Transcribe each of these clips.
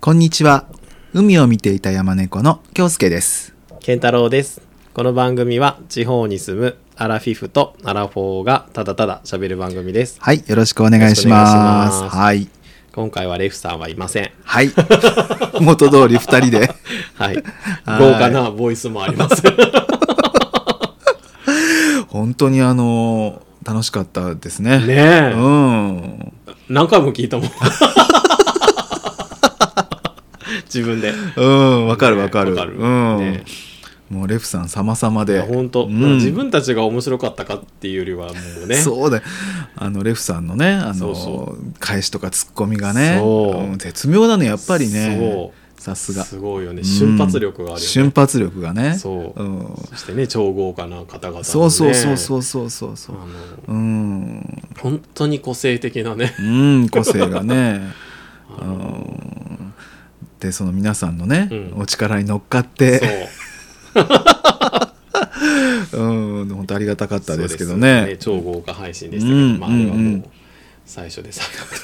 こんにちは。海を見ていた山猫の京介です。健太郎ですこの番組は地方に住むアラフィフとアラフォーがただただ喋る番組ですはい、よろしくお願いします。よろしくお願いしますはい。今回はレフさんはいませんはい。 元通り二人で。はい豪はい華なボイスもあります本当にあのー楽しかったですね。うねえ ん。何回も聞 いたもん自分でうん、わかるわかる。ねわかるうん。ねもうレフさん様々で。本当、うん自分たちが面白かったかっていうよりはもうねそうだよあのレフさんのねあのそうそ返しとかツッコミがねそううん絶妙なのやっぱりねそさすがすごいよね瞬発力があるよね、瞬発力がねそう、んそしてね超豪華な方々のねそうそうそうそうそうそうそうあのうん、本当に個性的なねうん、個性がね、 うん、でその皆さんのね、うんお力に乗っかっそうてうん本当ありがたかったですけどそうねです超豪華配信でしたけど、うんまああれはうんうもうん最初で最後で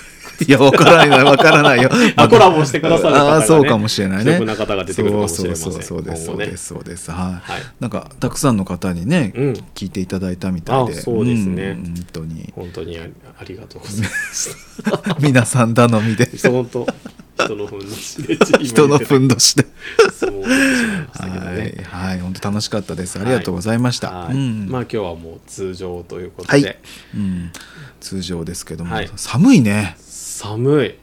いやわからないわからないよ あコラボしてくださる方がねあーそうかもしれないね主力な方が出てくるかもしれませそんうそうそうそうですそう今後ねですそうですはい、はいなんかたくさんの方にね、うん聞いていただいたみたいであそうですねん本当に本当にありありがとうございます皆さん頼 みで人本当人のふんどしで人のふんどしでそう思ってしまいましたけどはねい、はい、本当楽しかったです。ありがとうございました。はいうん、まあ今日はもう通常ということはで、い、うん、通常ですけども、はい寒いね。寒い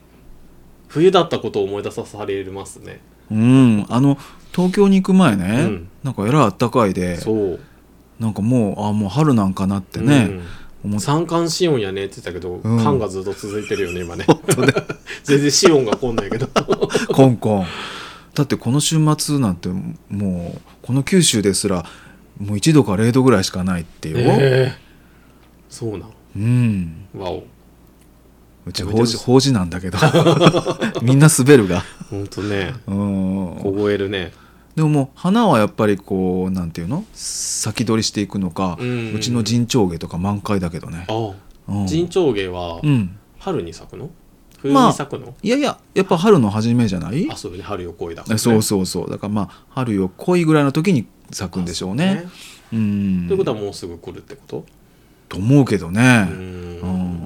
冬だったことを思い出さされますねうん、あの東京に行く前ね、うんなんかえらいあったかいで、そうなんかもうあもう春なんかなってね、う思ん、って三寒四温やねって言ったけど、うん寒がずっと続いてるよね今ね 全然四温が来んないけど コンコン。だってこの週末なんてもうこの九州ですらもう1度か0度ぐらいしかないってよ、ええそうなんうんわおうち法事法事なんだけど みんな滑るがほんとねうん凍えるねでももう花はやっぱりこうなんていうの先取りしていくのか、ううんうんうんちの陣長芸とか満開だけどね。あうんあ陣長芸はうん、春に咲くの冬まあに咲くの、いやいややっぱ春の初めじゃないあそうよね春よ恋だからえねそうそうそうだからまあ春よ恋ぐらいの時に咲くんでしょうね。うん、ということはもうすぐ来るってことと思うけどうね。んうん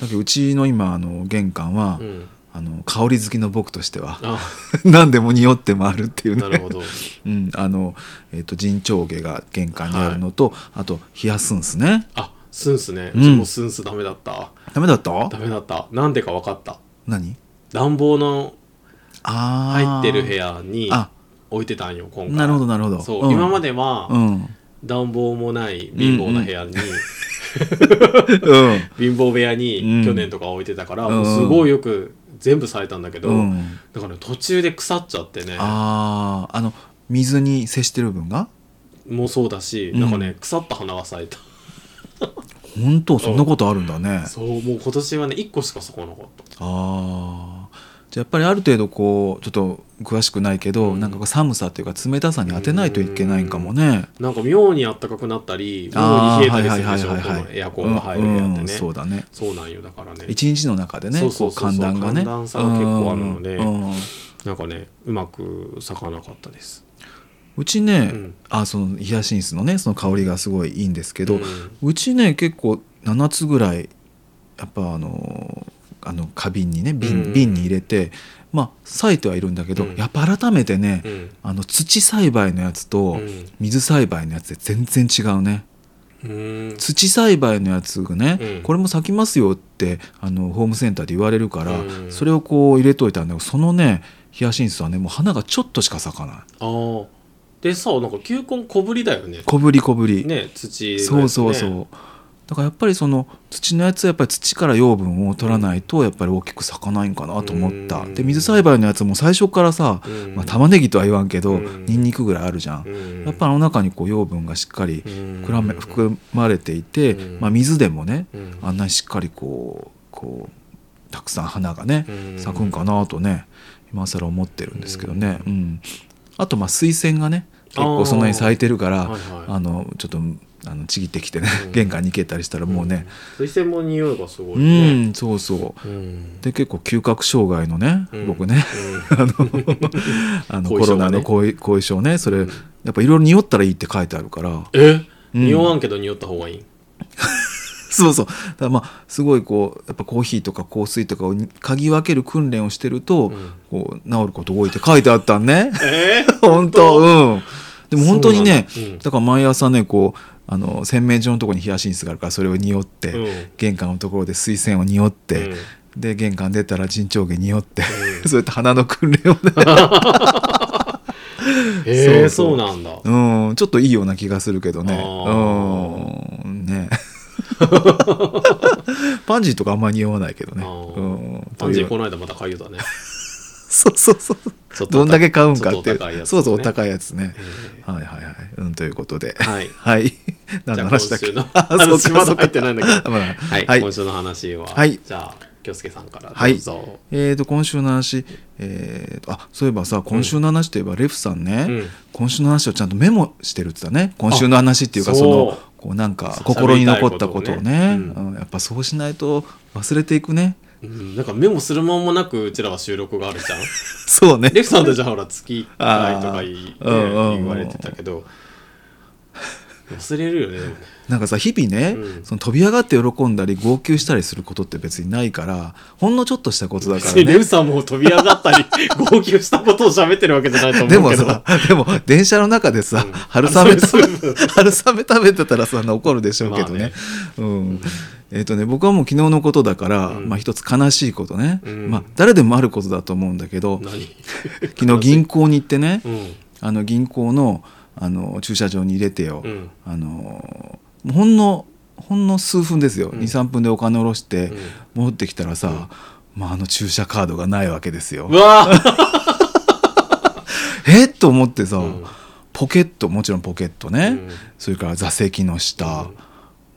だけどうちの今あの玄関は、うんあの香り好きの僕としては あ何でも匂って回るっていうねなるほどうん、あの、えっと陣長芸が玄関にあるのと、あと冷やすんすねあスンスねううんちもスンスダメだった、ダメだったダメだったなんでか分かった何暖房の入あっーてる部屋にあ置いてたんよ今回なるほどなるほどそう、今までではうん、暖房もない貧乏な部屋に、うん貧乏部屋うんに去年とか置いてたから、うんもうすごいよく全部されたんだけど、うん、だから途中で腐っちゃってねあああの水に接してる部分がもうそうだし、うんなんかね腐った花が咲いた本当そんなことあるんだね、そうもう今年はね1個しか咲かなかったああじゃあやっぱりある程度こうちょっと詳しくないけど、うんなんかこう寒さっていうか冷たさに当てないといけないんかもね、なんか妙に暖かくなったり妙あに冷えあたはいりはすいるはでいしょ、はいはいこのエアコンが入る部屋ってね、うんそそううだねなんよだからね一日の中でねそうそうそうそうこ寒暖がね寒暖差が結構あるのでうんうんなんかねうまく咲かなかったですうちね、うんあそのヒヤシンスのねその香りがすごいいいんですけけど、うちね結構7つぐらいやっぱあのーあの花瓶にね瓶,、うん瓶に入れてまあ咲いてはいるんだけど、うんやっぱ改めてね、うんあの土栽培のやつうとん水栽培のやつで全然違うねうん土栽培のやつがね、うんこれも咲きますよってあのホームセンターで言われるから、うんそれをこう入れといたんだけどそのねヒヤシンスはねもう花がちょっとしか咲かないああでさなんか球根小ぶりだよね小ぶり小ぶり、ね土のやつねそうそうそう、だからやっぱりその土のやつはやっぱり土から養分を取らないとやっぱり大きく咲かないんかなと思った、うんで水栽培のやつも最初からさ、うんまあ、玉ねぎとは言わんけど、うんニンニクぐらいあるじゃん、うんやっぱあの中にこう養分がしっかり膨含め含まれていて、うんまあ、水でもねうんあんなにしっかりこうこうたくさん花がねうん咲くんかなとね今更思ってるんですけどね、うんあとまあ水仙がね結構そんなに咲いてるからはいはいあのちょっとあのちぎってきてね、う ん玄関に行けたりしたらもうね推薦も匂いがすごいうん、ねそうそううんで結構嗅覚障害のね、うん僕ね あのあの後遺症コロナがねの後遺後遺症ねそれ、うんやっぱいろいろ匂ったらいいって書いてあるからえうん匂わんけど匂った方がいい そうそうだからまあすごいこうやっぱコーヒーとか香水とかを嗅ぎ分ける訓練をしてると、んこう治ること多いって書いてあったんねえ 本当うんでも本当にねそうなんだうんだから毎朝ねこうあの洗面所のところにヒヤシンスがあるからそれを匂って、うん玄関のところで水仙を匂って、うんで玄関出たら陣長下匂って、 そうやって鼻の訓練を ね、えそー、そうそううなんだうん、ちょっといいような気がするけどねあうんね パンジーとかあんまり匂わないけどねあーうんパンとジいうーこの間また買いよったね そうそうそうちょっとどんだけ買うんかっちてょっとお高いやつねそうそうお高いやつねえ、ーはいはいはい、うん、ということではいはい。何じゃのあ今話だっけ週のあそうか話まだそうか入ってないんだけ どまあはい、はい今週の話は、はいじゃあ京介さんからはいどうぞ、えー、と今週の話、えーとあそういえばさ今週の話といえばレフさんね、うん今週の話をちゃんとメモしてるって言ってたね今週の話っていうかあそのそうこうなんかそう心に残ったことをね喋りたいことをうんやっぱそうしないと忘れていくね うん、なんかメモする間もなくうちらは収録があるじゃんそうね レフさんとじゃあほら月1回とかいいねあーうんうんうん言われてたけど忘れるよねでもねなんかさ日々ね、うんその飛び上がって喜んだり号泣したりすることって別にないからほんのちょっとしたことだか別らにねレフさんも飛び上がった り号泣したことを喋ってるわけじゃないとで思もうけど さ、でも電車の中でさ、うん春雨食べ春雨スープ春雨食べてたらさ怒るでしょうけどね。うん。えっ、とね僕はもう昨日のことだから、うんまあ一つ悲しいことね、うんまあ誰でもあることだと思うんだけど、何昨日銀行に行ってね、うんあの銀行のあの駐車場に入れてよ、うんあのもうほんのほんの数分ですよ、ん23分でお金下ろして、うん戻ってきたらさ、まああの駐車カードがないわけですよ。うわ ーえっと思ってさ、うんポケットもちろんポケットね、うんそれから座席の下、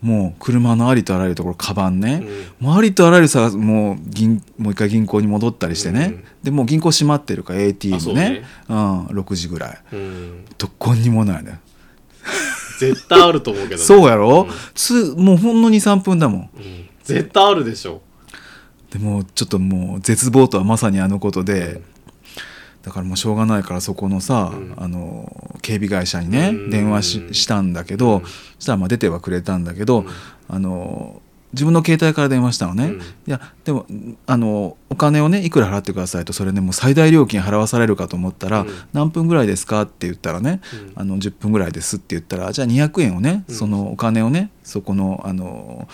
もう車のありとあらゆるところカバンね、もうありとあらゆるさもう銀もう一回銀行に戻ったりしてね、うんでもう銀行閉まってるから ATM あそうねねうん、6時ぐらいうんうんどこにもないね絶対あると思うけどねそうやろ、うんつもうほんの23分だもんうん絶対あるでしょでもうちょっともう絶望とはまさにあのことで、うんだからもうしょうがないからそこのさ、うんあの警備会社にね、うん電話ししたんだけど、うんそしたらまあ出てはくれたんだけど、うんあの自分の携帯から電話したのね、うんいやでもあのお金をねいくら払ってくださいとそれねもう最大料金払わされるかと思ったら、うん何分ぐらいですかって言ったらね、うんあの10分ぐらいですって言ったらじゃあ200円をね、うんそのお金をねそこのあの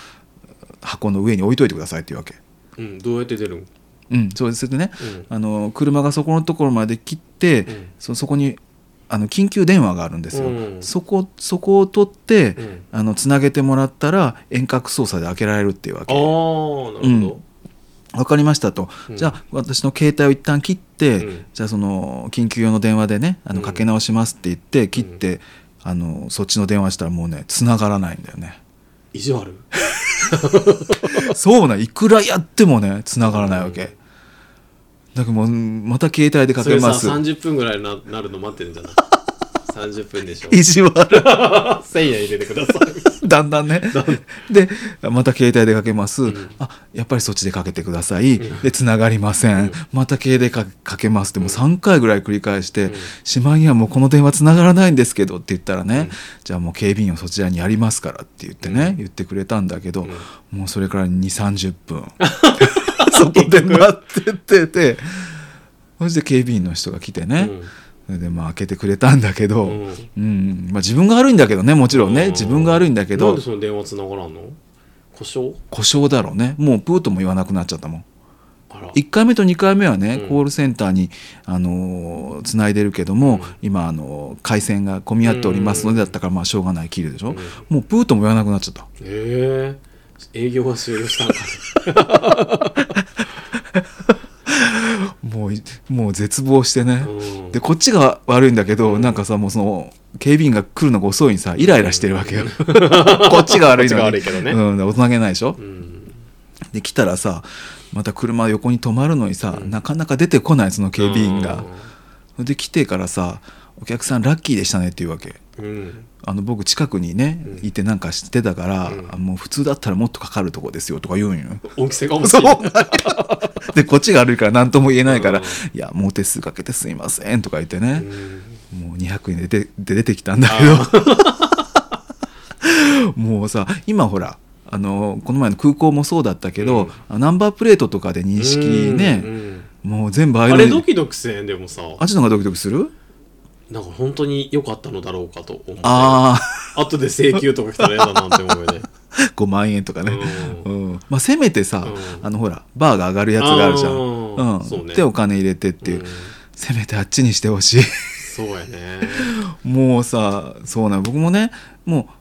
箱の上に置いといてくださいっていうわけ。うんどうやって出るんうん、そうですでね、うんあの車がそこのところまで切って、うんそそこにあの緊急電話があるんですよ、うんそこそこを取って、うんあのつなげてもらったら遠隔操作で開けられるっていうわああけなるほどわかりましたと、うんじゃあ私の携帯を一旦切って、うんじゃあその緊急用の電話でねあのうんかけ直しますって言って切って、あのそっちの電話したらもうね繋がらないんだよね 意地悪そうなんいくらやってもね繋がらないわけ、だからもうまた携帯でかそけれさます30分ぐらいにななるの待ってるんじ ゃない30分でしょ意地 悪1000円入れてくださいだんだんねでまた携帯でかけます、うんあやっぱりそっちでかけてください、うんでつながりません、うんまた携帯でかかけますでもう3回ぐらい繰り返して、んしまいにはもうこの電話つながらないんですけどって言ったらね、じゃあもう警備員をそちらにやりますからって言ってね、うん言ってくれたんだけど、うもうそれから2 3 0分 そこで待ってててそして警備員の人が来てね、それでまあ開けてくれたんだけど、うんうんまあ、自分が悪いんだけどねもちろんね、うん自分が悪いんだけなんどでその電話つながらんの故障故障だろうねもうプーとも言わなくなっちゃったもんあら1回目と2回目はね、うんコールセンターにあのつないでるけども、うん今あの回線が混み合っておりますのでだったからまあしょうがない切るでしょ、うんもうプーとも言わなくなっちゃったええ営業が終了したんかねもういもう絶望してね、うんでこっちが悪いんだけど、なんかさもうその警備員が来るのが遅いにさイライラしてるわけよ、 こっちが悪いのにこっちが悪いけどねうん、大人げないでしょ、うんで来たらさまた車横に止まるのにさ、なかなか出てこないその警備員が、で来てからさ「お客さんラッキーでしたね」って言うわけううんあの僕近くにねうんいてなんか知ってたから、うんあもう普通だったらもっとかかるとこですよとか言 うんよ。恩着せが欲しいそうなんよ でこっちが悪いから何とも言えないからうん「いやもう手数かけてすいません」とか言ってうね、んもう200円で出てで出てきたんだあけど もうさ今ほらあのこの前の空港もそうだったけど、ナンバープレートとかで認識ね、うんうんもう全部あああれいうドのキドキせんでもさあっちの方がドキドキするなんか本当に良かったのだろうかと思ってあ 後で請求とか来たら嫌だなって思うよねあ5万円とかね、ううんまあ、せめてさ、うんあのほらバーが上がるやつがあるじゃん、あうーんそうねでお金入れてっていう、うんせめてあっちにしてほしいそうやねもうさそうなの僕もねもう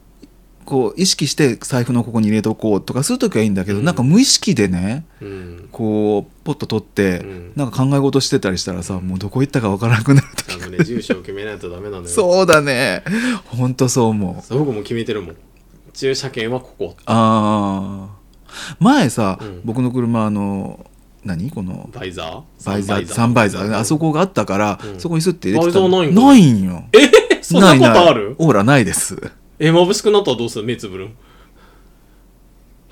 こう意識して財布のここに入れとこうとかする時はいいんだけど、うんなんか無意識でねうんこうポッと取って、うんなんか考え事してたりしたらさもうどこ行ったかわからなくなる時あのね住所を決めないとダメなのよそうだねほんとそう思うそう僕も決めてるもん駐車券はここあー前さ、うん僕の車あの何このバイザーバイザーサンバイザーねあそこがあったから、うんそこにスッて入れてたバイザーないんだないんよえそんななことあいないるオーラないですえ眩しくなったらどうする目つぶるん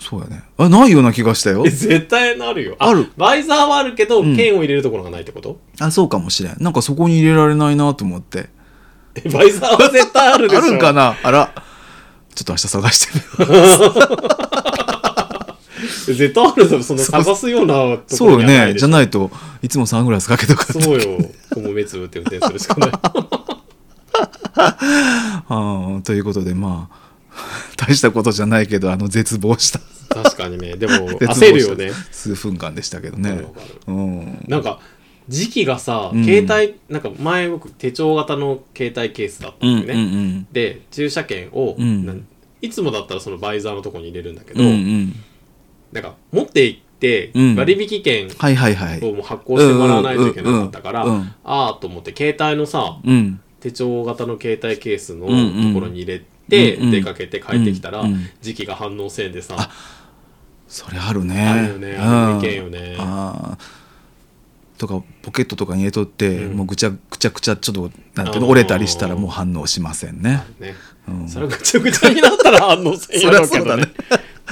そうやねあないような気がしたよえ絶対なるよあるバイザーはあるけどうん券を入れるところがないってことあそうかもしれんなんかそこに入れられないなと思ってえバイザーは絶対あるでしあょるんかなあらちょっと明日探してみよ絶対あるぞその探すようなう とこそろうによはなねいでしじょゃないといつもサングラスかけとかってそうよこの目つぶって運転するしかない あーということでまあ 大したことじゃないけどあの絶望した確かにねでも絶望焦るよねした数分間でしたけどわかねるわかるうんなんか時期がさ、うん携帯なんか前僕手帳型の携帯ケースだったうんんでね、うんで駐車券を、うんなんいつもだったらそのバイザーのとこに入れるんだけうど、んうんうんなんか持って行ってうん割引券はいはいはいをもう発行してもらわないといけなかったから、うんうんうんうんああと思って携帯のさうん手帳型の携帯ケースのとうんうんころに入れて、うんうん出かけて帰ってきたら、うんうん時期が反応せんでさ、それあるねあるよねうんある意見よねあーとかポケットとかに入れとって、うんもうぐちゃぐちゃぐちゃちょっとなんていうのあー折れたりしたらもう反応しませんねねうんそれがぐちゃぐちゃになったら反応せんやろうけどね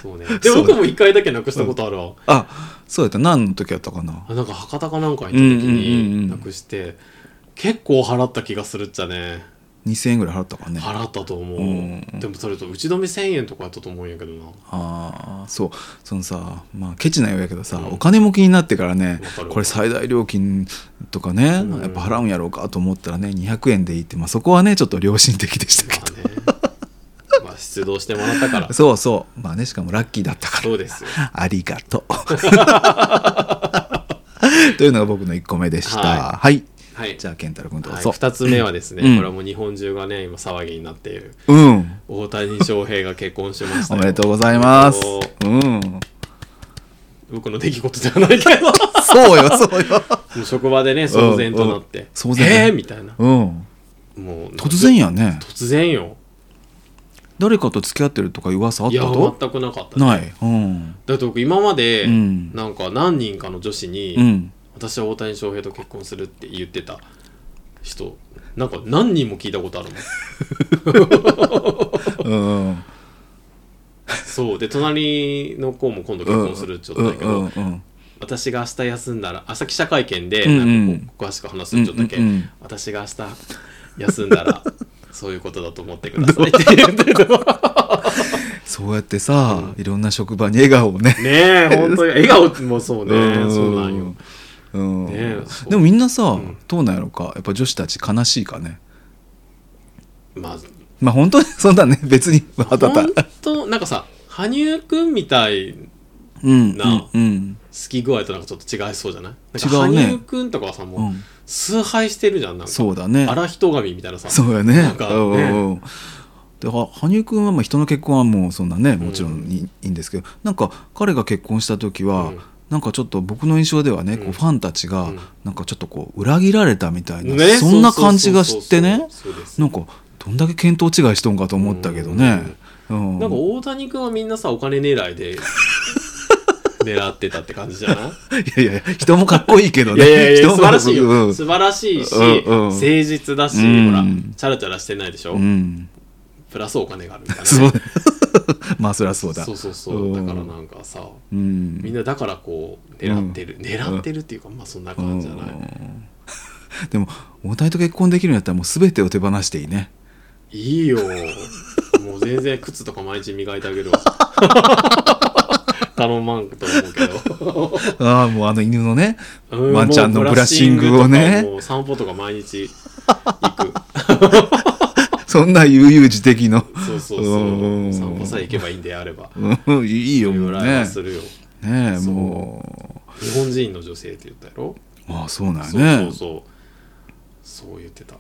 そうねでそうだ僕も一回だけなくしたことあるわ、あそうやった何の時やったかなあなんか博多かなんか行った時にうんうんうんうんなくして、結構払った気がするっちゃね2000円ぐらい払ったかね払ったと思う、うんでもそれと打ち止め1000円とかやったと思うんやけ どなああそうそのさまあケチなようやけどさ、お金も気になってからねわかるこれ最大料金とかね、うんやっぱ払うんやろうかと思ったらね200円でいいって、まあ、そこはねちょっと良心的でしたけまどあねまあ出動してもらっ たからそうそうまあねしかもラッキーだったからそうですよありがとう。 というのが僕の1個目でした。は。はいはいじゃあ、健太郎君どうはい、ぞ。 2つ目はですね、うんこれはもう日本中がね今騒ぎになっているうん。大谷翔平が結婚しましたおよめでとうございますおめでと。うん。う僕の出来事じゃな いけどもそうよ、そうよ。う職場でね騒然となって、うんうん騒然えー、みたいなうん。もう突然やね。突然よ誰かと付き合ってるとか噂あっいたやこ全くなかったとない。うん。だって僕今まで、うんなんか何人かの女子に、うん。私は大谷翔平と結婚するって言ってた人なんか何人も聞いたことある もんうん。そうで隣の子も今度結婚するちょっとだけど、うんうんうん私が明日休んだら明日記者会見でうんうなんんかこう詳しく話すんちょっとだけ、うんうんうん私が明日休ん だらそういうことだと思ってくださいって言ってたそうやってさ、いろんな職場に笑顔をね。ねえ本当に笑顔もそうねそうなんようんねえそうでもみんなさ、んどうなんやろかやっぱ女子たち悲しいかねまあまあ本当にそんなね別 にまあたた本当なんかさ羽生くんみたい好うんなあうんき具合となんかちょっと違いそうじゃないなんか違うね羽生くんとかはさもう、うんうん崇拝してるじゃんなんかそうだね荒人神みたいなさそうやねなんかねうんうんうんでは羽生君はまあ人の結婚はもうそんなねもちろんいい,、ん、ですけどなんか彼が結婚した時は、うんなんかちょっと僕の印象ではね、こうんうファンたちがうんなんかちょっとこう裏切られたみたいな、ねそんな感じがしてねそうそうそうそうなんかどんだけ見当違いしとんかと思ったけどね、うん なんか大谷君はみんなさお金狙いで狙ってたって感じじゃないいやいや、人もかっこいいけど い ね。やいやいや人も素晴かっらこしいよ、素晴らしいし、うんうん誠実だし、うんほらチャラチャラしてないでしょ、うん。うん プラスお金があるみたいなね、そう。まあ、そりゃそうだ。そうそうそう、うんだからなんかさうん。みんなだからこう狙ってる、狙ってるっていうかまあそんな感じじゃない、うんでも、大谷と結婚できるんだったら、もう全てを手放していい ね。いいよもう全然靴とか毎日磨いてあげ るわ頼まんと思うけどああ、もうあの犬のね、うんワンちゃんのもうブラッシングをブねラッシングとか、もう散歩とか毎日行く そんな悠々自適の。そうそううそうん散歩さえ行けばいいんであればうんいいよ、もうぐらいねは。するよねえ、そうも日本人の女性って言ったやろ、う。ああ、そうなんそうやそねう。そうそう言ってた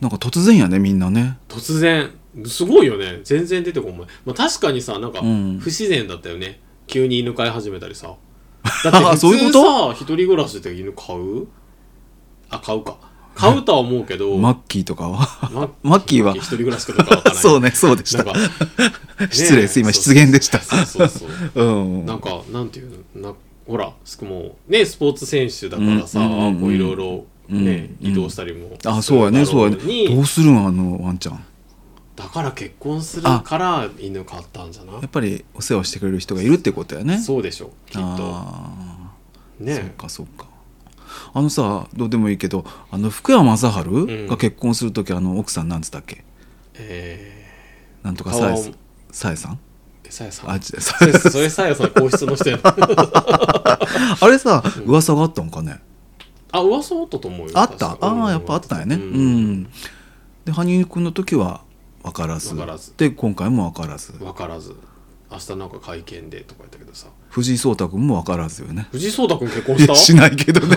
なんか突然やね、みんなね。突然すごいよね全然出てこない、まあ、確かにさなんかうん不自然だったよね、急に犬飼い始めた りさだあってそういうこ普通とさ一人暮らしで犬飼うあ飼うか飼うとは思うけど、マッキーとかは。ママッキーは一人暮らしかどうかわからないそうね、そうでしなたん。か、失礼です今そうそ失う言でしたそうそうそううん。なんかなんていうのなほらすくもうねスポーツ選手だからさ、うんうんうんうんこういろいろね、うんうん移動したりもあ、そうやね、するだろそうのやにね。どうするん、あのワンちゃん。だから結婚するから犬飼ったんじゃなやっぱりお世話してくれる人がいるってことやね。いそうでしょきっとああ、そっねかそっか。あのさ、どうでもいいけど、あの福山雅治んが結婚するとき、あの奥さんなんつったっけ。えなんとか顔さはえさん。さえさん。ーさやさんあ、ちそれそれさやさん皇室の人やな あれさ、噂があったんかね。あ噂あったと思うよあった。確かああ、やっぱあったんやね。ううんん。で、羽生君の時は。分からず分からずで今回も分からず分からず明日なんか会見でとか言ったけどさ藤井聡太君も分からずよね藤井聡太君結婚いやし したないけ どね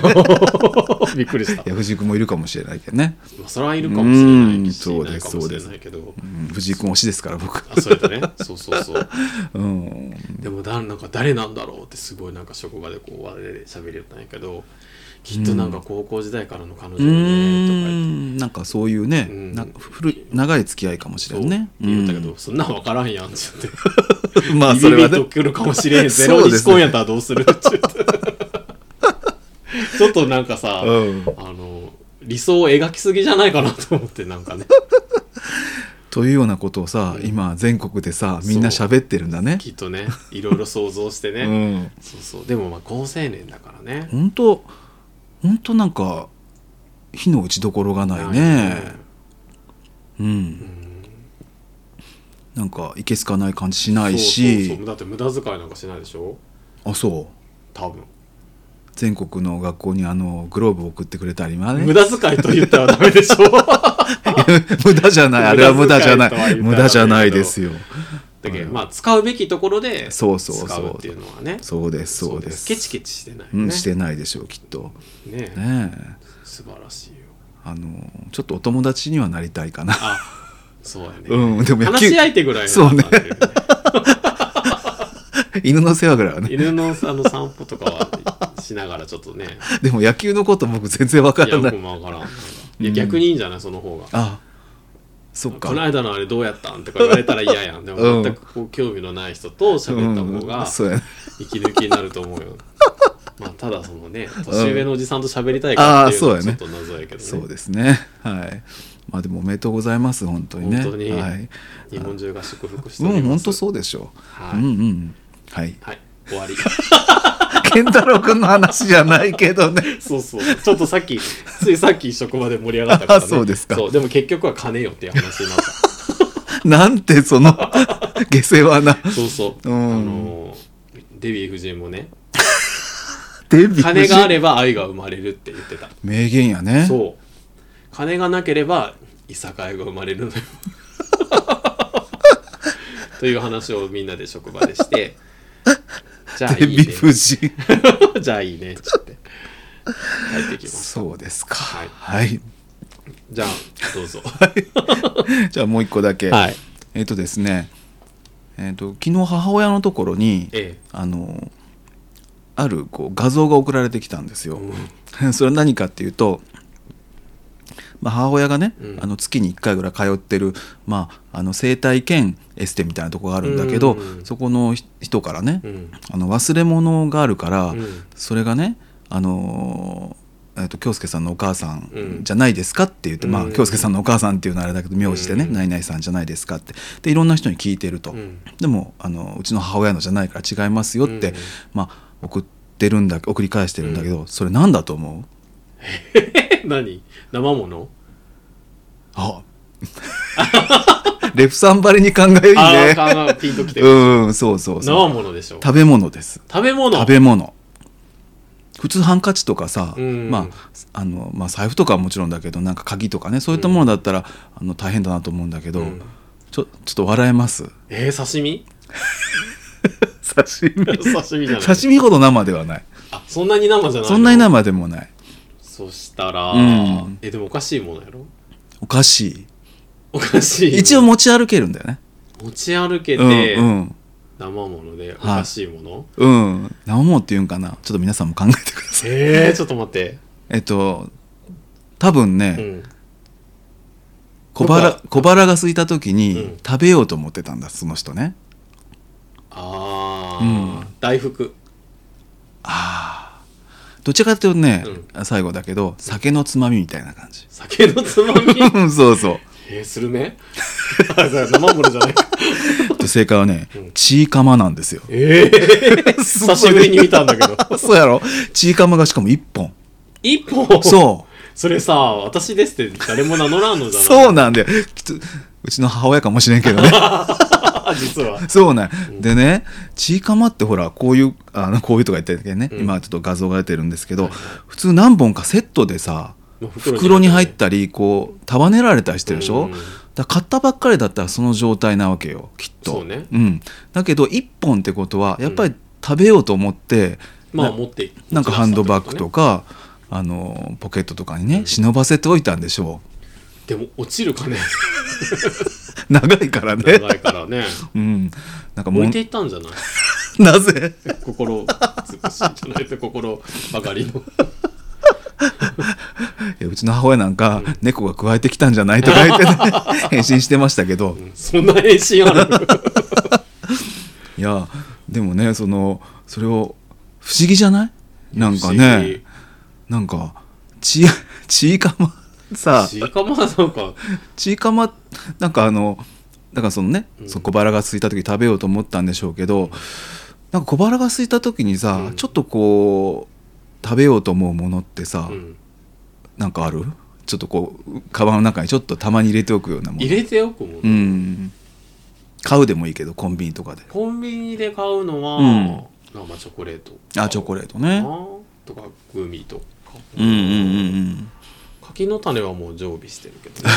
びっくりしたいや藤井君もいるかもしれないけどね、まあそれはいるかもしれうなんいしそういですないかもしれないけどうん、藤井君推しですから僕、あそれだねそうそうそううん、でもだなんか誰なんだろうってすごいなんか職場でこう我々で喋れたんやけどきっとなんか高校時代からの彼女うよねとか言って。んなんかそういうね、うんなんか古い長い付き合いかもしそれうんね言ったけど、そんなん分からんやんって言ってうん まあそビれビビはッとねくるかもしれんゼそロうで日すね婚やったらどうするって言ってちょっとなんかさ、うんあの理想を描きすぎじゃないかなと思ってなんかねというようなことをさ、今全国でさみんな喋ってるんだねきっとねいろいろ想像してね、うんそうそうでもまあ好青年だからね本当本当なんか火の打ちどころがないねうん、なんかいけすかない感じしないしそうそうそうだって無駄遣いなんかしないでしょあそう多分全国の学校にあのグローブを送ってくれたりまあね無駄遣いと言ったらダメでしょ 無駄じゃないあれは無駄じゃな無駄遣いとは言ったらい無駄じゃないですよだけどまあ使うべきところで使そううってそうそういうのはねそうですそうですケチケチしてないようね、んしてないでしょうきっとねねえ素晴らしいよあのちょっとお友達にはなりたいかなあそうやね、うんでも野球話し相手ぐらいのそうね感じだよね犬の世話ぐらいはね犬のあの散歩とかはしながらちょっ とねでも野球のこと僕全然わかいやらな僕いも分からんいや逆にいいんじゃないその方があそっかこの間のあれどうやったんとか言われたら嫌やんでうもん全くこう興味のない人と喋った方うんがそうやね息抜きになると思 うよまあただそのね年上のおじさんと喋りたいからっていうのあはーちそうょやねっと謎やけどねそうですねはいまあでもおめでとうございます本当にね本当にはい日本中が祝福しておうりんま本す当そうでしょはうい、うんうんはいはい終わり 健太郎君の話じゃないけどね そうそうちょっとさっきついさっき職場で盛り上がったから、ね、あ そうですかそうでも結局は金よっていう話になった なんてそ の下世話なそうそう、うんあのーデヴィ夫人もねデヴィ夫金があ人れば愛が生まれるって言ってた名言やねそう金がなければいさかいが生まれるのよ という話をみんなで職場 でしてじゃあデいいねヴィ夫人 じゃあいいねっつって帰ってき ますそうですかはいはいじゃあどうぞじゃあもう一個だけはいえっとですねえっと昨日母親のところにえあのある こう画像が送られてきたんですよえ、うんそれは何かっていうとまあ、母親がね、うんあの月に1回ぐらい通ってる、まあ、あの整体兼エステみたいなとこがあるんだけど、うんそこのひ人からね、うんあの忘れ物があるから、うんそれがねあのーえっと京介さんのお母さんうんじゃないですかって言って、まあうん京介さんのお母さんっていうのはあれだけど名字でね、うんナイナイさんじゃないですかってでいろんな人に聞いてると、うんでもあのうちの母親のじゃないから違いますよって、うんまあ送ってるんだ送り返してるんだけど、それなんだと思うえ何生ものあレフさんばりに考えるあねーあーピンときてるうんそうそうそ生うものでしょ食べ物です食べ物食べ物普通ハンカチとかさ、うんまああのまあ、財布とかはもちろんだけどなんか鍵とかねそういったものだったら、あの大変だなと思うんだけど、うんちょちょっと笑えますえー、刺身刺 身刺身じゃ ない刺身ほど生ではないあそんなに生じゃないのそんなに生でもないそしたら、うんえでもおかしいものやろおかしおかしいい一応持ち歩けるんだよね持ち歩けうて、ん生ものでおかしいもの、うんうん生もっていうんかなちょっと皆さんも考えてくだ さいえー、ちょっと待って、えっと多分ね、うん、小腹小腹が空いた時うんに食べようと思ってたんだその人ねあー、うん大福あーどちらかというとね、最後だけど酒のつまみみたいな感じ 酒のつまみうんそうそうえー、スルメ あそれ生ものじゃ ないえっと正解はねうんチーカマなんですよえ ー、すご久いしぶりに見たんだけど そうやろチーカマがしかも1本一本そそれさ私ですって誰も名乗らんのうじゃそううなんだよきっとうちの母親かもしれんけどね 実は そうね、でねチーカマってほらこういうあのこういうとか言ってるけどね、うん今ちょっと画像が出てるんですけど、普通何本かセットでさまあ袋に入っってたりこう束ねられたりしてるでしょ、うんだから買ったばっかりだったらその状態なわけよきっとそうねん、だけど1本ってことはやっぱり食べようと思って、まあ持っていなんかハンドバッグとかか、あのポケットとかにね、忍ばせておいたんでしょでも落ちるかうね 長いからね長いからねうんなん かも置ういていったんじゃないなぜ心尽くしんじゃないと心ばかりのいやうちの母親なんか、猫が加えてきたんじゃないとか言って ね返信してましたけど、そんな返信あるいやでもねそのそれを不思議じゃないなんか不思議ねなんかちちい かまさちいかまはなんかちいかまなんかあのだからそのね、うんそう小腹が空いた時食べようと思ったんでしょうけどなんか小腹が空いた時にさ、うんちょっとこう食べようと思うものってさ、うんなんかあるちょっとこうカバンの中にちょっとたまに入れておくようなもの入れておくもん、うん買うでもいいけどコンビニとかでコンビニで買うのは、うんなんかチョコレートあチョコレートねレとかグミとかうんうんうん うん柿の種はもう常備してるけ ど、ね、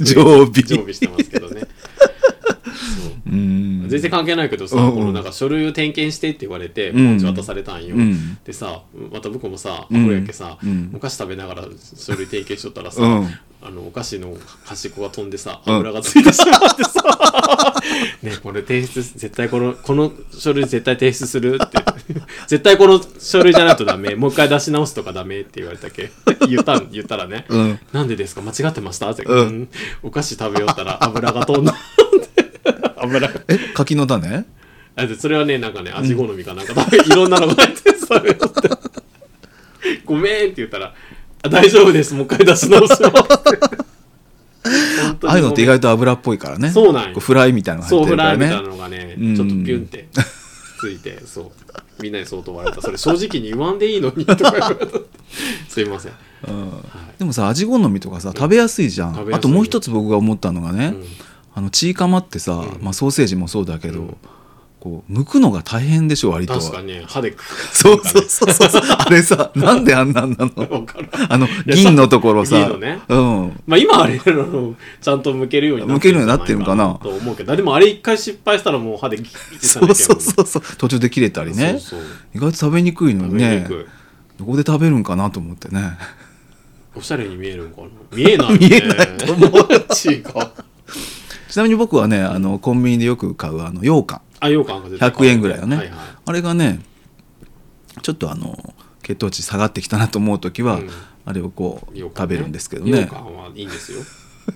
常備常備してますけどねそううん全然関係ないけどさ、うんうんこのなんか書類を点検してって言われて、うんポンチ渡されたんよ、うんでさまた僕もさ、うんこれやけさ、うんお菓子食べながら書類点検しとったらさ、うんあのお菓子の端っこが飛んでさうん油がついてしまってさ 「ねこれ提出絶対このこの書類絶対提出する」って 「絶対この書類じゃないとダメもう一回出し直すとかダメ」って言われたっけ言ったん言ったらね、うんなんでですか間違ってました?」って、うんうんお菓子食べよったら油 が飛んだ」油がえ柿の種あでそれはねなんかね味好みかなんか、多分いろんなのが入って それをってごめんって言ったらあ大丈夫ですもう一回出し直しますって本当にごめんああいうのって意外と油っぽいからねそうなんよこフライみたいなのソ入ーってフるかライらみたいなねのがね、うんちょっとピュンってついてそうみんなに相当笑ったそれ正直に言わんでいいのにとか言われたすいません、はでもさ味好みとかさ食べやすいじゃ食んべやすいあともう一つ僕が思ったのがいねうんあのチーカマってさんまあソーセージもそうだけうどんこう剥くのが大変でしょ割とは確かにね歯でくそうそうそうそうあれさなんであんなんなのわかるあの銀のところ銀さのねうんまあ今あれあのちゃんと向けるように向けるようになってるのかなと思うけどでもあれ一回失敗したらもう歯でギッてさそうそううそうそう途中で切れたりねそうそう意外と食べにくいの食にべにねくい、どこで食べるんかなと思ってね おしゃれに見えるんかな見えない、ね、見えないと思う違うちなみに僕はねあのコンビニでよく買うあの羊羹あようかんが出てくる100円ぐらいのね、はいはいあれがねちょっとあの血糖値下がってきたなと思う時は、うんあれをこう羊食羹べるんですけどね羊羹はいいんですよ。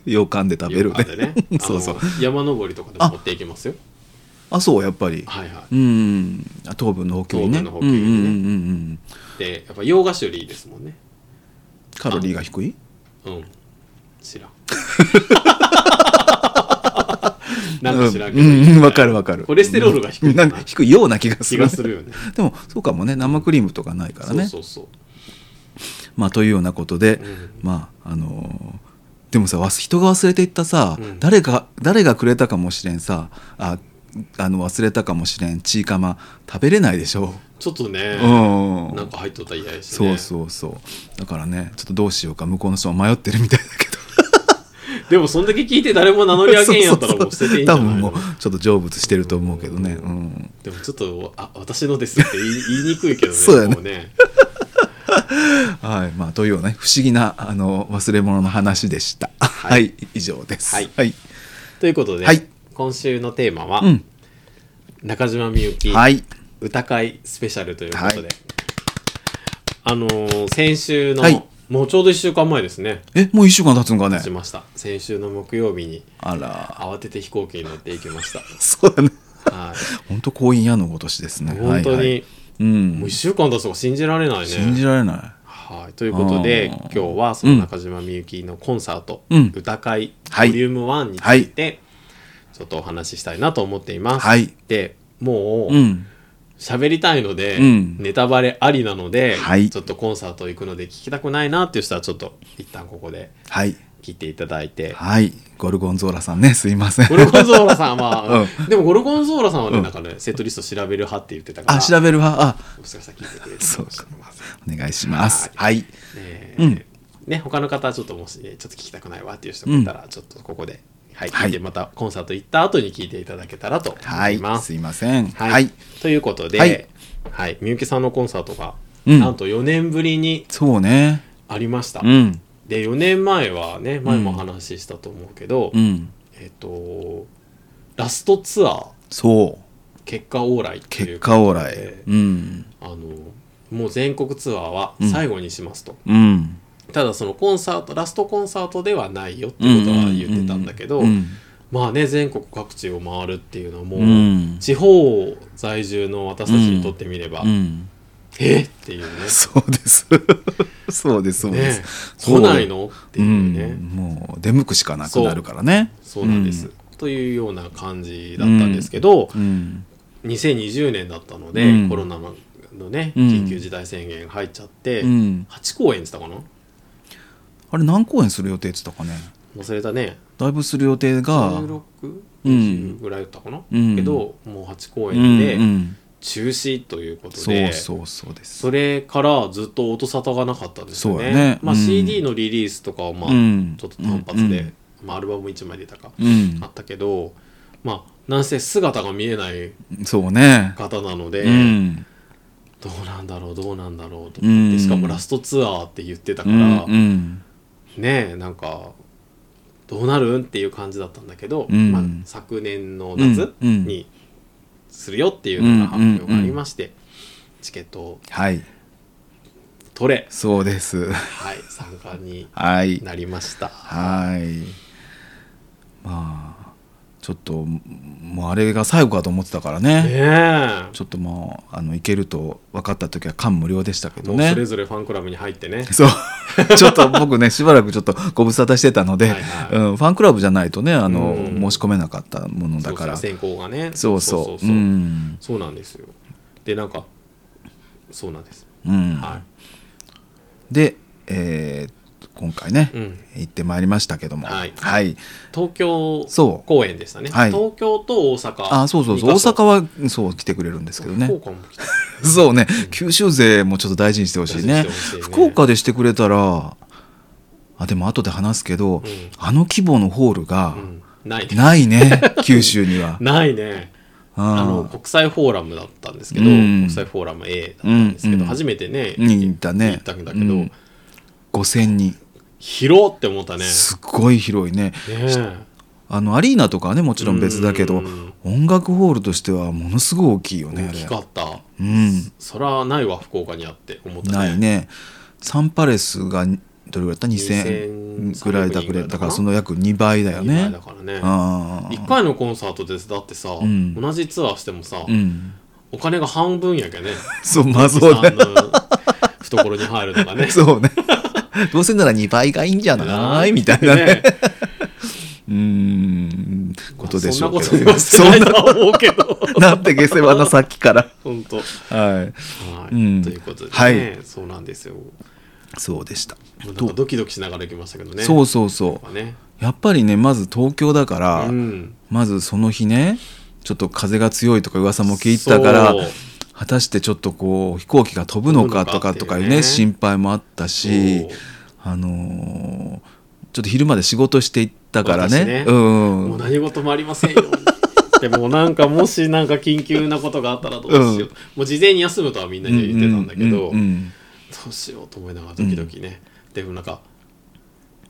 羊羹で食べる羊羹でね そうそうあの山登りとかでも持っていきますよ。あそうやっぱりはいはうんあ糖分の補給にね糖分の補給にねうんうんうんうんうんい。で、やっぱ洋菓子よりいいですもんね。カロリーが低いうん。知らん。なんか知らんけうど。んうんわかるわかるコレステロールが低いなんか低いような気がす気るがするよね。でもそうかもね生クリームとかないからそうねそうそう。まあというようなことで、うんまああのーでもさわす人が忘れていったさ、うん誰か誰がくれたかもしれんさああの忘れたかもしれんチーカマ食べれないでしょ、ちょっとね、うん、なんか入っとったら嫌やし、ね。そうそうそうだからねちょっとどうしようか向こうの人は迷ってるみたいだけどでもそんだけ聞いて誰も名乗り上げんやったらもう捨てていいんじ多ゃない分のもうちょっと成仏してると思うけどね、ううん、でもちょっとあ私のですって言い言いにくいけど ねそうやねもうねはいまあというようなね不思議なあの忘れ物の話でしたはい、以上ですはいはい、ということで、はい今週のテーマは、うん中島みゆき、はい歌会スペシャルということで、はいあのー先週の、はいもうちょうど1週間前ですねえもう1週間経つんかねしました先週の木曜日にあら慌てて飛行機に乗っていきましそうだねたはい本当婚姻屋のごとしですね本当に、はいはい、うもうん1週間経つとか信じられないね信じられなはい、ということであー今日はその中島みゆきのコンサート「うん歌会」ボはリいューム1についてちょっとお話ししたいなと思っています。はいでもいううん喋りたいので、うんネタバレありなので、はいちょっとコンサート行くので聞きたくないなっていう人はちょっと一旦ここではい聞いていただいて。はいゴルゴンゾーラさんねすいませんゴルゴンゾーラさんは、 うでもゴルゴンゾーラさんはね、うんなんかね、セットリスト調べる派って言ってたから、あ調べる派あもしかしたら聞いてくれるそうかかもしれませんお願いしますはいえうーんね、他の方はちょっともし、ね、ちょっと聞きたくないわっていう人がいたら、ちょっとここで、はい、はい聞いてまたコンサート行った後に聞いていただけたらと思はいいます。すいませんはいはいということで、ははいいみゆきさんのコンサートが、うんなんと4年ぶりにそうねありました。うんで4年前はね前もお話ししたと思うけど、うんえっ、とラストツアーそう結果オーライってい結うこと果オーライでうんあのもう全国ツアーは最後にしますと。うんただそのコンサートラストコンサートではないよってことは言ってたんだけど、うんうんまあね全国各地を回るっていうのはもう、うん地方在住の私たちにとってみれば、うんえっっていうねそうです そうですそうでねすそ来うないのってういうね、んもう出向くしかなくなるからねそうなんです、というような感じだったんですけど、うん2020年だったので、うんコロナのねうん緊急事態宣言入っちゃって、うん8公演って言ったかなあれ何公演する予定って言ったかね忘れたねだいぶする予定がうん1620ぐらいだったかな、うんけどもう8公演で、うんうん中止ということそでうそうそうですそれからずっと音沙汰がなかったんですよそうねやねまあ、うん CD のリリースとかはまあうんちょっと単発で、うんまあ、アルバム1枚出たか、うんあったけどまあなんせ姿が見えないそうね方なので、うんどうなんだろうどうなんだろうとう思ってんしかもラストツアーって言ってたかうら、んうんねえなんかどうなるんっていう感じだったんだけど、うんまあ、昨年の夏うんうんにするよっていうのが発表がありまして、チケットをはい取れそうです はい、参加にはいなりました。はいまあちょっともうあれが最後かと思ってたからねねちょっともうあの行けると分かった時は感無量でしたけえ、どもうねそれぞれファンクラブに入ってね。そう。 ちょっと僕ね、しばらくちょっとご無沙汰してたので、はいはいうん、ファンクラブじゃないとね、あの、うん申し込めなかったものだから。そうそう選考がね。そうそそうう。うん。そうなんですよ。で、なんか、そうなんです。うん。はで、えー今回ね、い。うん。行ってまいりましたけども。はいはい。東京そう公演でしたね。はい東京と大阪。あ、そうそうそう。大阪は、そう、来てくれるんですけどね。福ね。岡も来て そうね。九州勢もちょっと大事にしてほしいね。大事にしてほしいね福岡でしてくれたら、あ、でも後で話すけど、んあの規模のホールがう、ん。ないね。ないね、 九州には。な い ね。あの、国際フォーラムだったんですけど、うん国際フォーラム A だったんですけうんど、うん初めてね、うん行ったね行ったんだけうどん、5000人広って思ったね。すっごい広いねねえあのアリーナとかはねもちろん別だけど、うん音楽ホールとしてはものすごい大きいよね大あれきかったうんそらないわ福岡にあって思ったねないねサンパレスがどれぐらいだった2000 2000ぐらいだくれ300だからその約2倍だよ二枚ねだからねああ1回のコンサートですだってさ、ん同じツアーしてもさ、うんお金が半分やけねそう まあそうさんねの 懐に入るとかね そうねどうせなら2倍がいいんじゃないみたいなねねうーんことでしょうけど、そんなことそはんしてなないとは思うけどなんて下世話なさっきから本当ははいい、うんということでね、はいそうなんですよもそうでした、うなんかドキドキしながら行きましたけどねそううそうそうねやっぱりねまず東京だから、うんまずその日ねちょっと風が強いとか噂も聞いてたからそう果たしてちょっとこう飛行機が飛ぶのかと飛ぶのかかっていうとねかいうね心配もあったしそうあのーちょっと昼まで仕事していったからね私ねうんもう何事もありませ んよでもなんかもしなんか緊急なことがあったらどうしよう、うんもう事前に休むとはみんなには言ってたんだけど、うんうんうんどうしようと思いながらドキドキね、でもなんか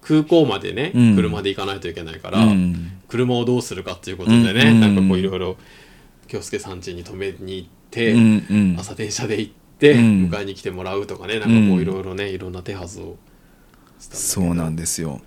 空港までね、うん車で行かないといけないから、うん車をどうするかっていうことでね、うんなんかこういろいろ京介さん家に止めに行って、うんうん朝電車で行ってうん迎えに来てもらうとかね、なんかこういろいろねいろんな手はずをしたそうなんですよ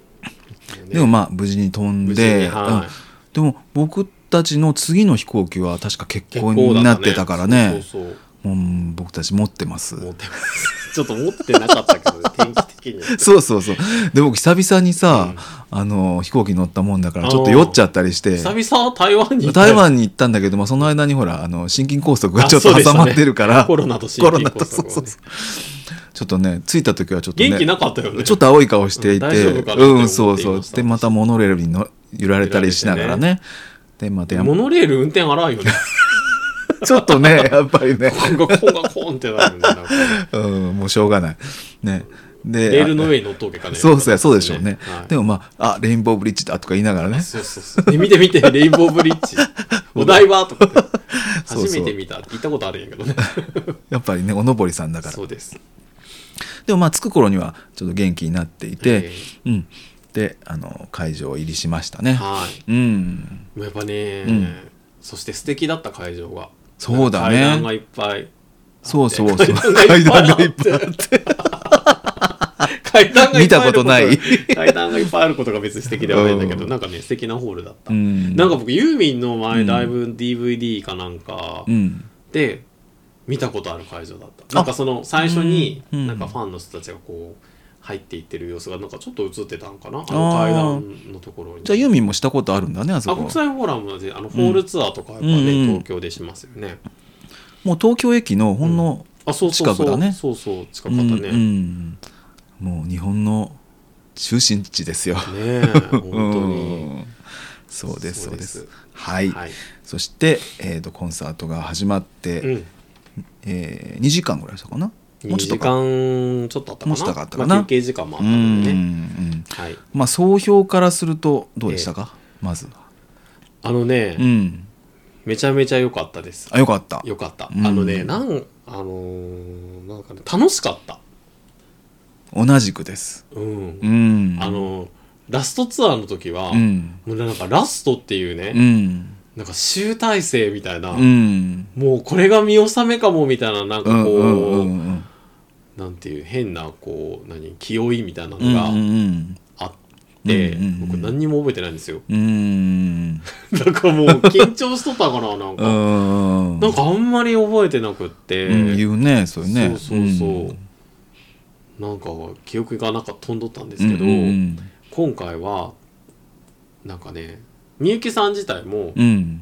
だよねでもまあ無事に飛ん無事にで、はうんいでも僕たちの次の飛行機は確か欠結航構にだなってたからねそうそううん僕たち持ってますそう持ってますちょっと持ってなかったけどね天気的 にはそうそうそうで僕久々にさ、あの飛行機乗ったもんだからちょっと酔っちゃったりして久々台湾に行ったよ台湾に行ったんだけど、まあ、その間にほらあの心筋梗塞がちょっとあそうでし挟たねまってるから、コロナと心コ筋ロナ梗と塞をそうねそうそうちょっとね着いた時はちょっとね元気なかったよねちょっと青い顔していて、うん大丈夫かなってうん、思ってそうそいうましたでまたモノレールにの揺られたりしながらねでまたやモノレール運転荒いよねちょっとね やっぱりね、コンガコンガコンってなるんだよね なんかうん、もうしょうがないねでレールの上に乗っとけかねそうそうそうでしょうね、はいでもまああレインボーブリッジだとか言いながらねそうそうそうで見て見てレインボーブリッ ジお台場とかってそうそう初めて見た行ったことあるんやけど ねやっぱりねおのぼりさんだからそうですでもまあ着く頃にはちょっと元気になっていて、えうん、であの会場入りしましたね。はいうん、もうやっぱね、うんそして素敵だった会場がそうだ階段ね。がいっぱいそうそうそう。 階階段段ががいいっっぱぱいいああっって階段がいっぱい見たあることない 階段がいっぱいあることが別に素敵ではないんだけど、うんなんかね素敵なホールだった、うん、なんか僕ユーミンの前うんライブ DVD かなんかうん、で見たことある会場だったなんかその最初にうんなんかファンの人たちがこう入っていってる様子がなんかちょっと映ってたんかなあの階段のところにじゃあユーミンもしたことあるんだねあそあこ国際フォーラムであのホールツアーとかやっぱね、うんうん東京でしますよねもう東京駅のほんの、あそうそうそ近くう、だねそうそう近うかっんたね、うんもう日本の中心地ですよ。ねえ、本当うに。ん そうですそうですそうですはい、はい。そして、えー、とコンサートが始まって、うん。えー、2時間ぐらいしたかなも2うちょ時っとか間ちょっとあったかな。もうちょっとかかったかなまあ休憩時間もあっうたんのうでんうね。んはい。まあ総評からするとどうでしたか、まずあのね、うんめちゃめちゃ良かったです。あよかった良かった。うんあのね、なん、あのーなんかね、楽しかった。同じくですうんう。んあのー、ラストツアーの時はう、んもうなんかラストっていううね、んなんか集大成みたいなう、んもうこれが見納めかもみたいな、なんかうんこうんうんう、うんなんていう変な、こう、何、気負いみたいなのうんがうんあってうんうんうん、僕何にも覚えてないんですよ。 うんなんかもう緊張しとったかななんうか。んなんかあんまり覚えてなくって。うん言うねそれねそうそうそう。うんなんか記憶がなんか飛んどったんですけど、うんうん今回は、なんかね、みゆきさん自体もう、んうん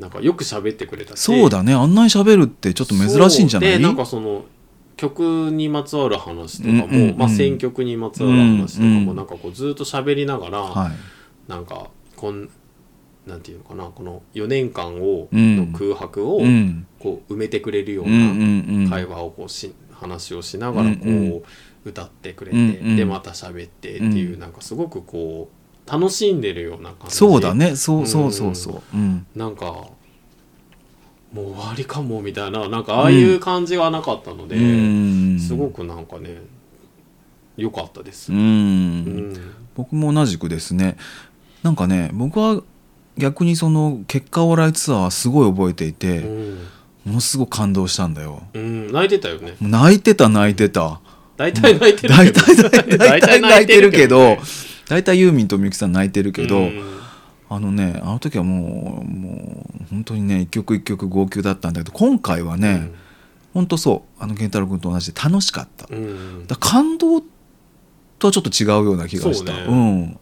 なんかよく喋ってくれたし。そうだねあんなに喋るってちょっと珍しいんじゃなそういで、なんかその、曲にまつわる話とかも、うんうんうんまあ選曲にまつわる話とかうんうも、んなんかこうずっと喋りながら、はいなんか、こん、なんていうのかな、この4年間を、うんの空白を、うんこう埋めてくれるよううんうなんうん会話をこうし話をしながらこうんうんう歌ってくれて、うんうんでまた喋ってっていう、うんなんかすごくこう楽しんでるような感じそうだねそうそうそうそううんなんかもう終わりかもみたいななんかああいう感じはなかったので、うんすごくなんかね良かったでうす。んうん僕も同じくですねなんかね僕は逆にその結果オーライツアーはすごい覚えていて、うん、ものすごく感動したんだようん、泣いてたよねもう泣いてた泣いてた大体泣いてる大けど体大体泣いてるけどね大体ユーミンとみゆきさん泣いてるけど、うんあのねあの時はもうもう本当にね一曲一曲号泣だったんだけど今回はね、本当そうあの健太郎君と同じで楽しかった、うんうんだから感動とはちょっと違うような気がしたそうねうん、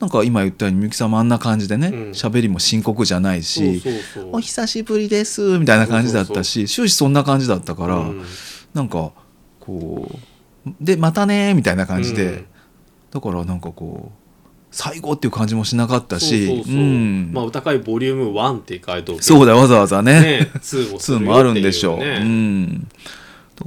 なんか今言ったようにみゆきさんもあんな感じでねうん喋、りも深刻じゃないそうしそうそうお久しぶりですみたいな感じだったし終始そんな感じだったから、うんなんかこうでまたねみたいな感じで、うんだからなんかこう最後っていう感じもしなかったしそうそうそううんまあ歌会ボリューム1って書いておくそうだよわざわざねね2もす2るよっていうねもあるんでしょう、うん、だか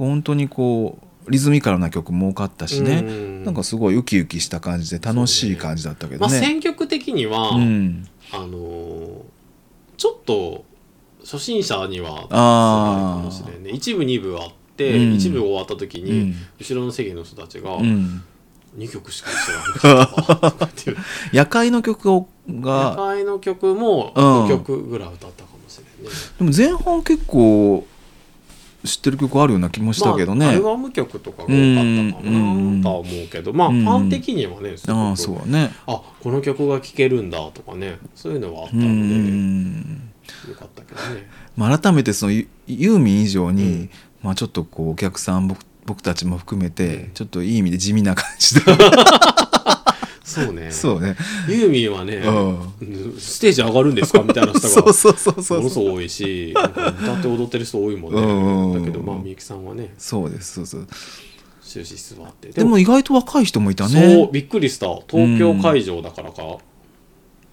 ら本当にこうリズミカルな曲も多かったしね、うなんかすごいウキウキした感じで楽しい感じだったけどまあね。選曲的には、うん、あのーちょっと初心者にはあーすごいかもしれんね一部二部あって、うん一部終わった時に、うん後ろの席の人たちがうん、 「2曲しか知らんかった」とかっ ていう夜会の曲をが中井の曲もうん5曲ぐらい歌ったかもしれないね。でも前半結構知ってる曲あるような気もしたけどね。まあアルバム曲とかが多かったうかんなとは思うけど、まあ、うフんァン的にはね、すごくああそうだね。あこの曲が聴けるんだとかね、そういうのはあったうんで、んよかったけどね。まあ、改めてそのユユーミン以上に、うんまあ、ちょっとこうお客さん僕僕たちも含めて、うんちょっといい意味で地味な感じでそうね。そうね、ユーミンはね、うん、ステージ上がるんですかみたいな人 そうがそうそうそものうすごい多いし、なんか歌って踊ってる人多いもんうね。んだけど、まあ、みゆきさんはね、そうですそうそう終始座って。でも意外と若い人もいたねそう、びっくりした。東京会場だからか。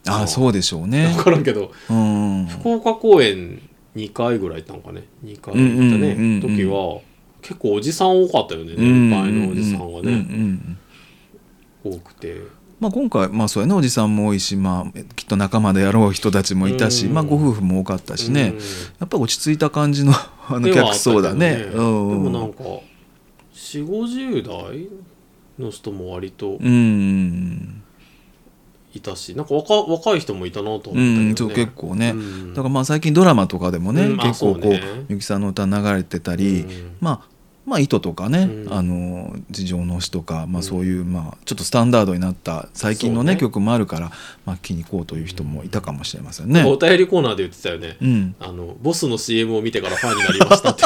ああそうでしょうね分からんけど、 うん福岡公演2回ぐらい行ったのかね2回行ったうんうんうんうねん時は結構おじさん多かったよねうん年配のおじさんがうんうんうねん多くてまあ、今回、まあ、そうやねおじさんも多いし、まあ、きっと仲間でやろう人たちもいたし、うんまあ、ご夫婦も多かったしね、うんやっぱ落ち着いた感じのあので客はあったけど層だねでうんもなんか4 5 0代の人も割とうんいたしなんか若若い人もいたなと思ったけうどねん、そう結構ね、うんだからまあ最近ドラマとかでもね、うんあ結構こうそうねみゆきさんの歌流れてたり、うんまあまあ糸とかね、うんあの地上の詩とか、まうんあ、そういう、まあ、ちょっとスタンダードになった最近のねそうね曲もあるから、まあ、気に行こうという人もいたかもしれませんなんかおね。便りコーナーで言ってたよねうん、あのボスの CM を見てからファンになりましたって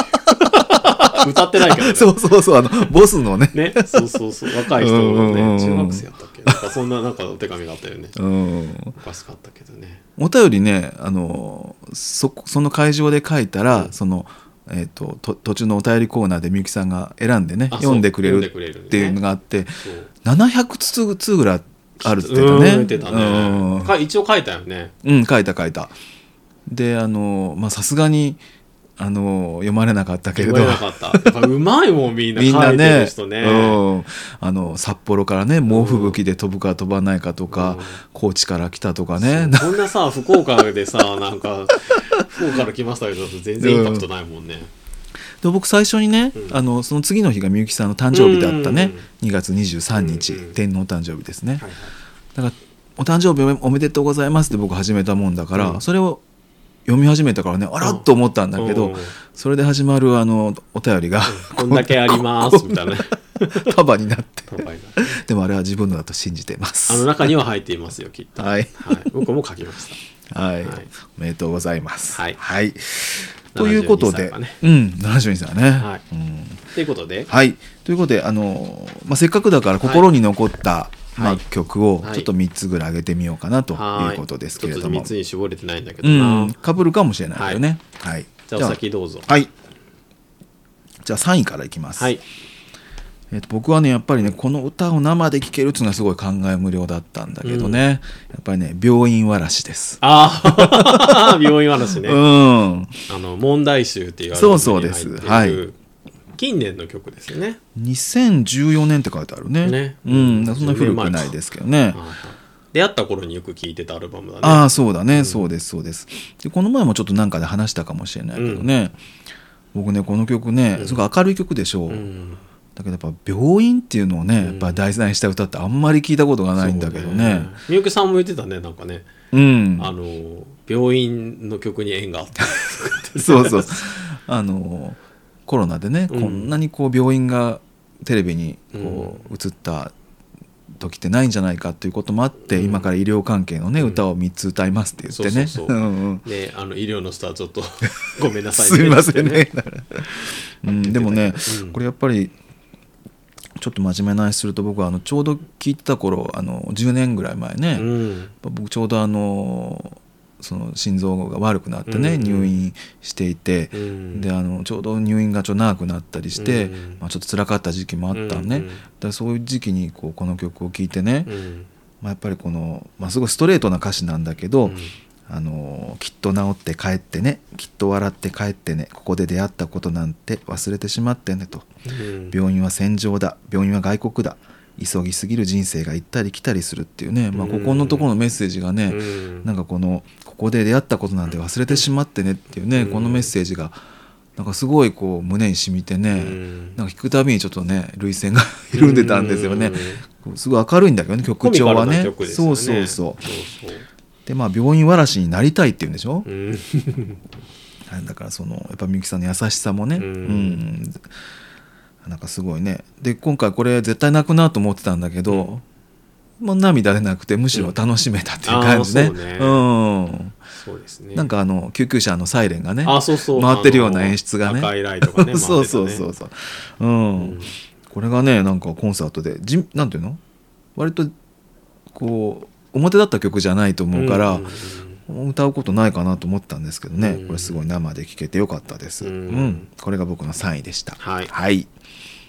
いう歌ってないけどねそうそうそうあのボスのね、ね、そうそうそう、若い人のうんうんうね、ん中学生やったっけ、なんかそんななんかお手紙があったよね。うん、おかしかったけどね。お便りねあのそその会場で書いたら、うんその、えー、とと途中のお便りコーナーでみゆきさんが選んでねあそう読んでくれ読るんでくれるねっていうのがあって、そう。 700通通ぐらいあるって言うん言っっててたたね。ね。か一応書いたよね。うん、うん書いた書いた。であのまあさすがにあの読まれなかったけれ言どわれなかった。やっぱうまいもん、みんな。みんな書いてるね人ね。うん、あの札幌からね猛吹雪で飛ぶか飛ばないかとか、うん高知から来たとかそねうこんなさ、福岡でさ、なんか、福岡から来ましたけど、全然インパクトないもんね。 で僕最初にね、うんあのその次の日がみゆきさんの誕生日だったね、2月23日、うんうん天皇誕生日ですね、はいはいだから「お誕生日おめでとうございます」って僕始めたもんだから、うんそれを読み始めたからねあらっと思ったんだけど、うんそれで始まるあのお便りが、こんだけあります、みたいなね。 束になって乾杯がでもあれは自分のだと信じてまあのす中には入っていますよ、きっと。ははいい。僕も書きました。はい、はいおめでとうございますはいということで72歳はねうん72歳はね、はいうんということで、はい、ということであの、まあ、せっかくだから心に残った、まはあ、い曲をはいちょっと3つぐらい上げてみようかなとはいうことですけれちょどっとも、 3つに絞れてないんだけどな。うん、かぶるかもしれないよね、はいじゃあお先どうぞ。はいじゃあ3位からいきます、はい。えっと僕はねやっぱりねこの歌を生で聴けるっていうのはすごい感慨無量だったんだけどね、やっぱりね病院わらしです、ああ、 病院話ね。うんあの、問題集っていうアルバムそうにそうです入ってるはい近年の曲ですよね。 2014年って書いてあるねねうん、そんな古くないですけどね出会った頃によく聴いてたアルバムだね。ああそうだね、そうですそうですでこの前もちょっとなんかで話したかもしれないけどね、僕ねこの曲ねすごい明るい曲でしょう、うん。だけどやっぱ病院っていうのをね、んやっぱ題材にした歌ってあんまり聞いたことがないんだけどねそう。みゆきさんも言ってたねなんかね、うんあの病院の曲に縁が あったそうそう あのコロナでね、うんこんなにこう病院がテレビにこう映った時ってないんじゃないかということもあって、うん今から医療関係のね、歌を3つ歌いますって言ってねそうそうそうん うんねあの医療のスターちょっと ごめんなさい、すいませんっねて。 うん、でもね、うんこれやっぱりちょっと真面目な話すると僕はあのちょうど聞いてた頃あの10年ぐらい前ね、ねうん僕ちょうどあのその心臓が悪くなってね、うん入院していてう、んであのちょうど入院がちょっと長くなったりして、うんまあ、ちょっと辛かった時期もあったのね、うんうんだからそういう時期にこうこの曲を聴いてね、うんまあ、やっぱりこの、まあ、すごいストレートな歌詞なんだけど、うんあの「きっと治って帰ってねきっと笑って帰ってねここで出会ったことなんて忘れてしまってね」と。うん病院は戦場だ病院は外国だ急ぎすぎる人生が行ったり来たりするっていうね、まあ、うんここのところのメッセージがね、うんなんかこの「ここで出会ったことなんて忘れてしまってね」っていうね、うんこのメッセージがなんかすごいこう胸に染みてね、うんなんか聞くたびにちょっとね涙腺が 緩んでたんですよね、すごい明るいんだけどね曲コミ調カはルなね曲ですよそねうそうそうそうそうでまあ病院わらしになりたいっていうんでしょ、うん だからそのやっぱみゆきさんの優しさもね、うんうんなんかすごいねで今回これ絶対泣くなと思ってたんだけど、もう涙でなくてむしろ楽しめたっていう感じね,、うんあーそうですうねん、なんかあの救急車のサイレンがねあそうそう回ってるような演出がねあの赤いライトが ねそうそうそ回っうてそう、うんこれがねなんかコンサートでじんなんていうの割とこう表だった曲じゃないとたね思うから、んん歌うことないかなと思ったんですけどね、うんこれすごい生で聴けてよかったです、ううんんこれが僕の3位でしたはいはい、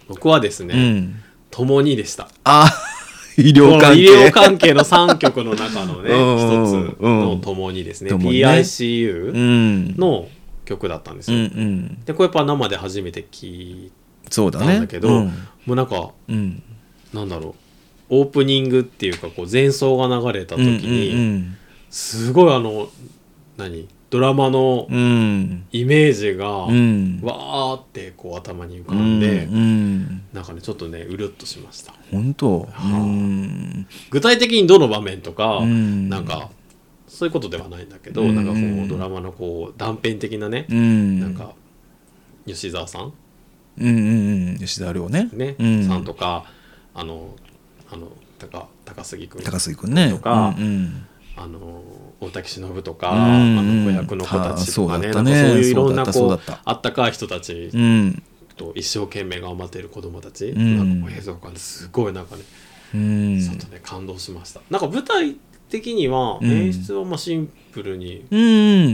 僕はですうねん、 「ともに」でしたあ 医こ療の関医係療関係の3曲の中のね うんうん一つの「ともに」ですね共にね PICU うんの曲だったんですうんうよんでこれやっぱ生で初めて聞いそうだたねんだけど、うんもうなんかうん、なんだろうオープニングっていうかこう前奏が流れた時に、うんすごいあの何ドラマのうんうんイメージが、うんわーってこう頭に浮かうんんで、うんなんかねちょっとねうるっとしました本当うあん具体的にどの場面とか、うんなんかそういうことではないんだけど、うんなんかこうドラマのこう断片的なねう、んなんか吉沢さんうんうんうん吉田亮ねね、うん、さんとかあのあの高高杉君高杉君ねとかうんうんあの大滝しのぶとか、うんあの子役の子たちとかねあーそうだったなんかそうねいういろんなそうこだうったそうだったあったかい人たちうんと一生懸命頑張ってる子供たち、うんなんかこう映像館ですごいなんかねうんちょっとね感動しましたなんか舞台的にはうん演出はまあシンプルに、う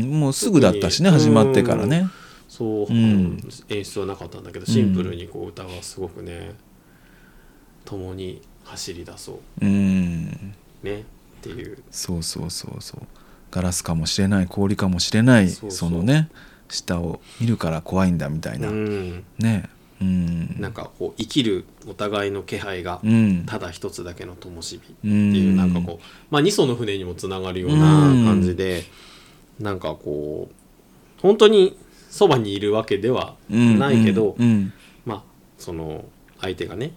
んもうすぐだったしね特始にまってからねそうう、ん演出はなかったんだけどシンプルにこう歌がすごくね共に走り出そうんうねっていうそうそうそうそうガラスかもしれない氷かもしれないそそうそうのね下を見るから怖いんだみたいな、うんねうんなんかこう生きるお互いの気配がうんただ一つだけの灯火ってういうんなんかこう、まあ、二層の船にもつながるような感じで、なんかこう本当にそばにいるわけではうんないけど、うんまあその相手がね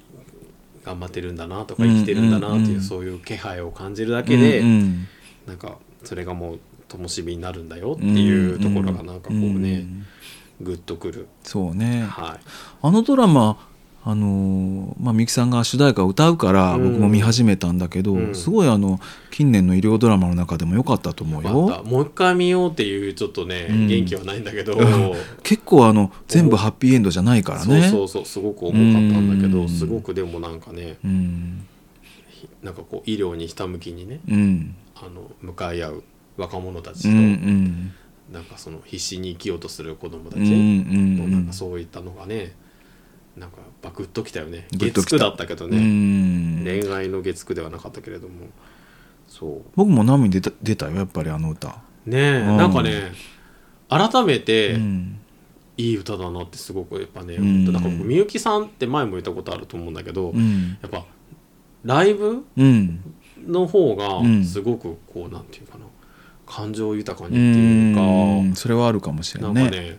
頑張ってるんだなとか生きてるんだなっていう、うんそういう気配を感じるだけで、うんなんかそれがもう灯火になるんだよっていうところがなんかこうね、んグッとくる、そうねはい、あのドラマあのーまあ、みゆきさんが主題歌を歌うからうん僕も見始めたんだけど、うんすごいあの近年の医療ドラマの中でも良かったと思うよかったよ。もう一回見ようっていうちょっとね、うん元気はないんだけど、結構あの全部ハッピーエンドじゃないからね。そうそうそうすごく重かったんだけうんどすごくでもなんかねうんなんかこう医療にひたむきにねうんあの向かい合う若者たちうと、んうんなんかその必死に生きようとする子供たうちんうの、んなんかそういったのがねなんかバクッときたよねグッと月きた9だったけどうね、ん恋愛の月9ではなかったけれどもそ僕も涙出た出たよやっぱりあの歌。うねえ、うんなんかね改めて、うんいい歌だなってすごくやっぱね、うんなんか僕みゆきさんって前も言ったことあると思うんだけど、うやんっぱライブうんのう方んがすごくこうなんていうかな感情豊かにうっていうか、んそれはあるかもしれなないんかね。ね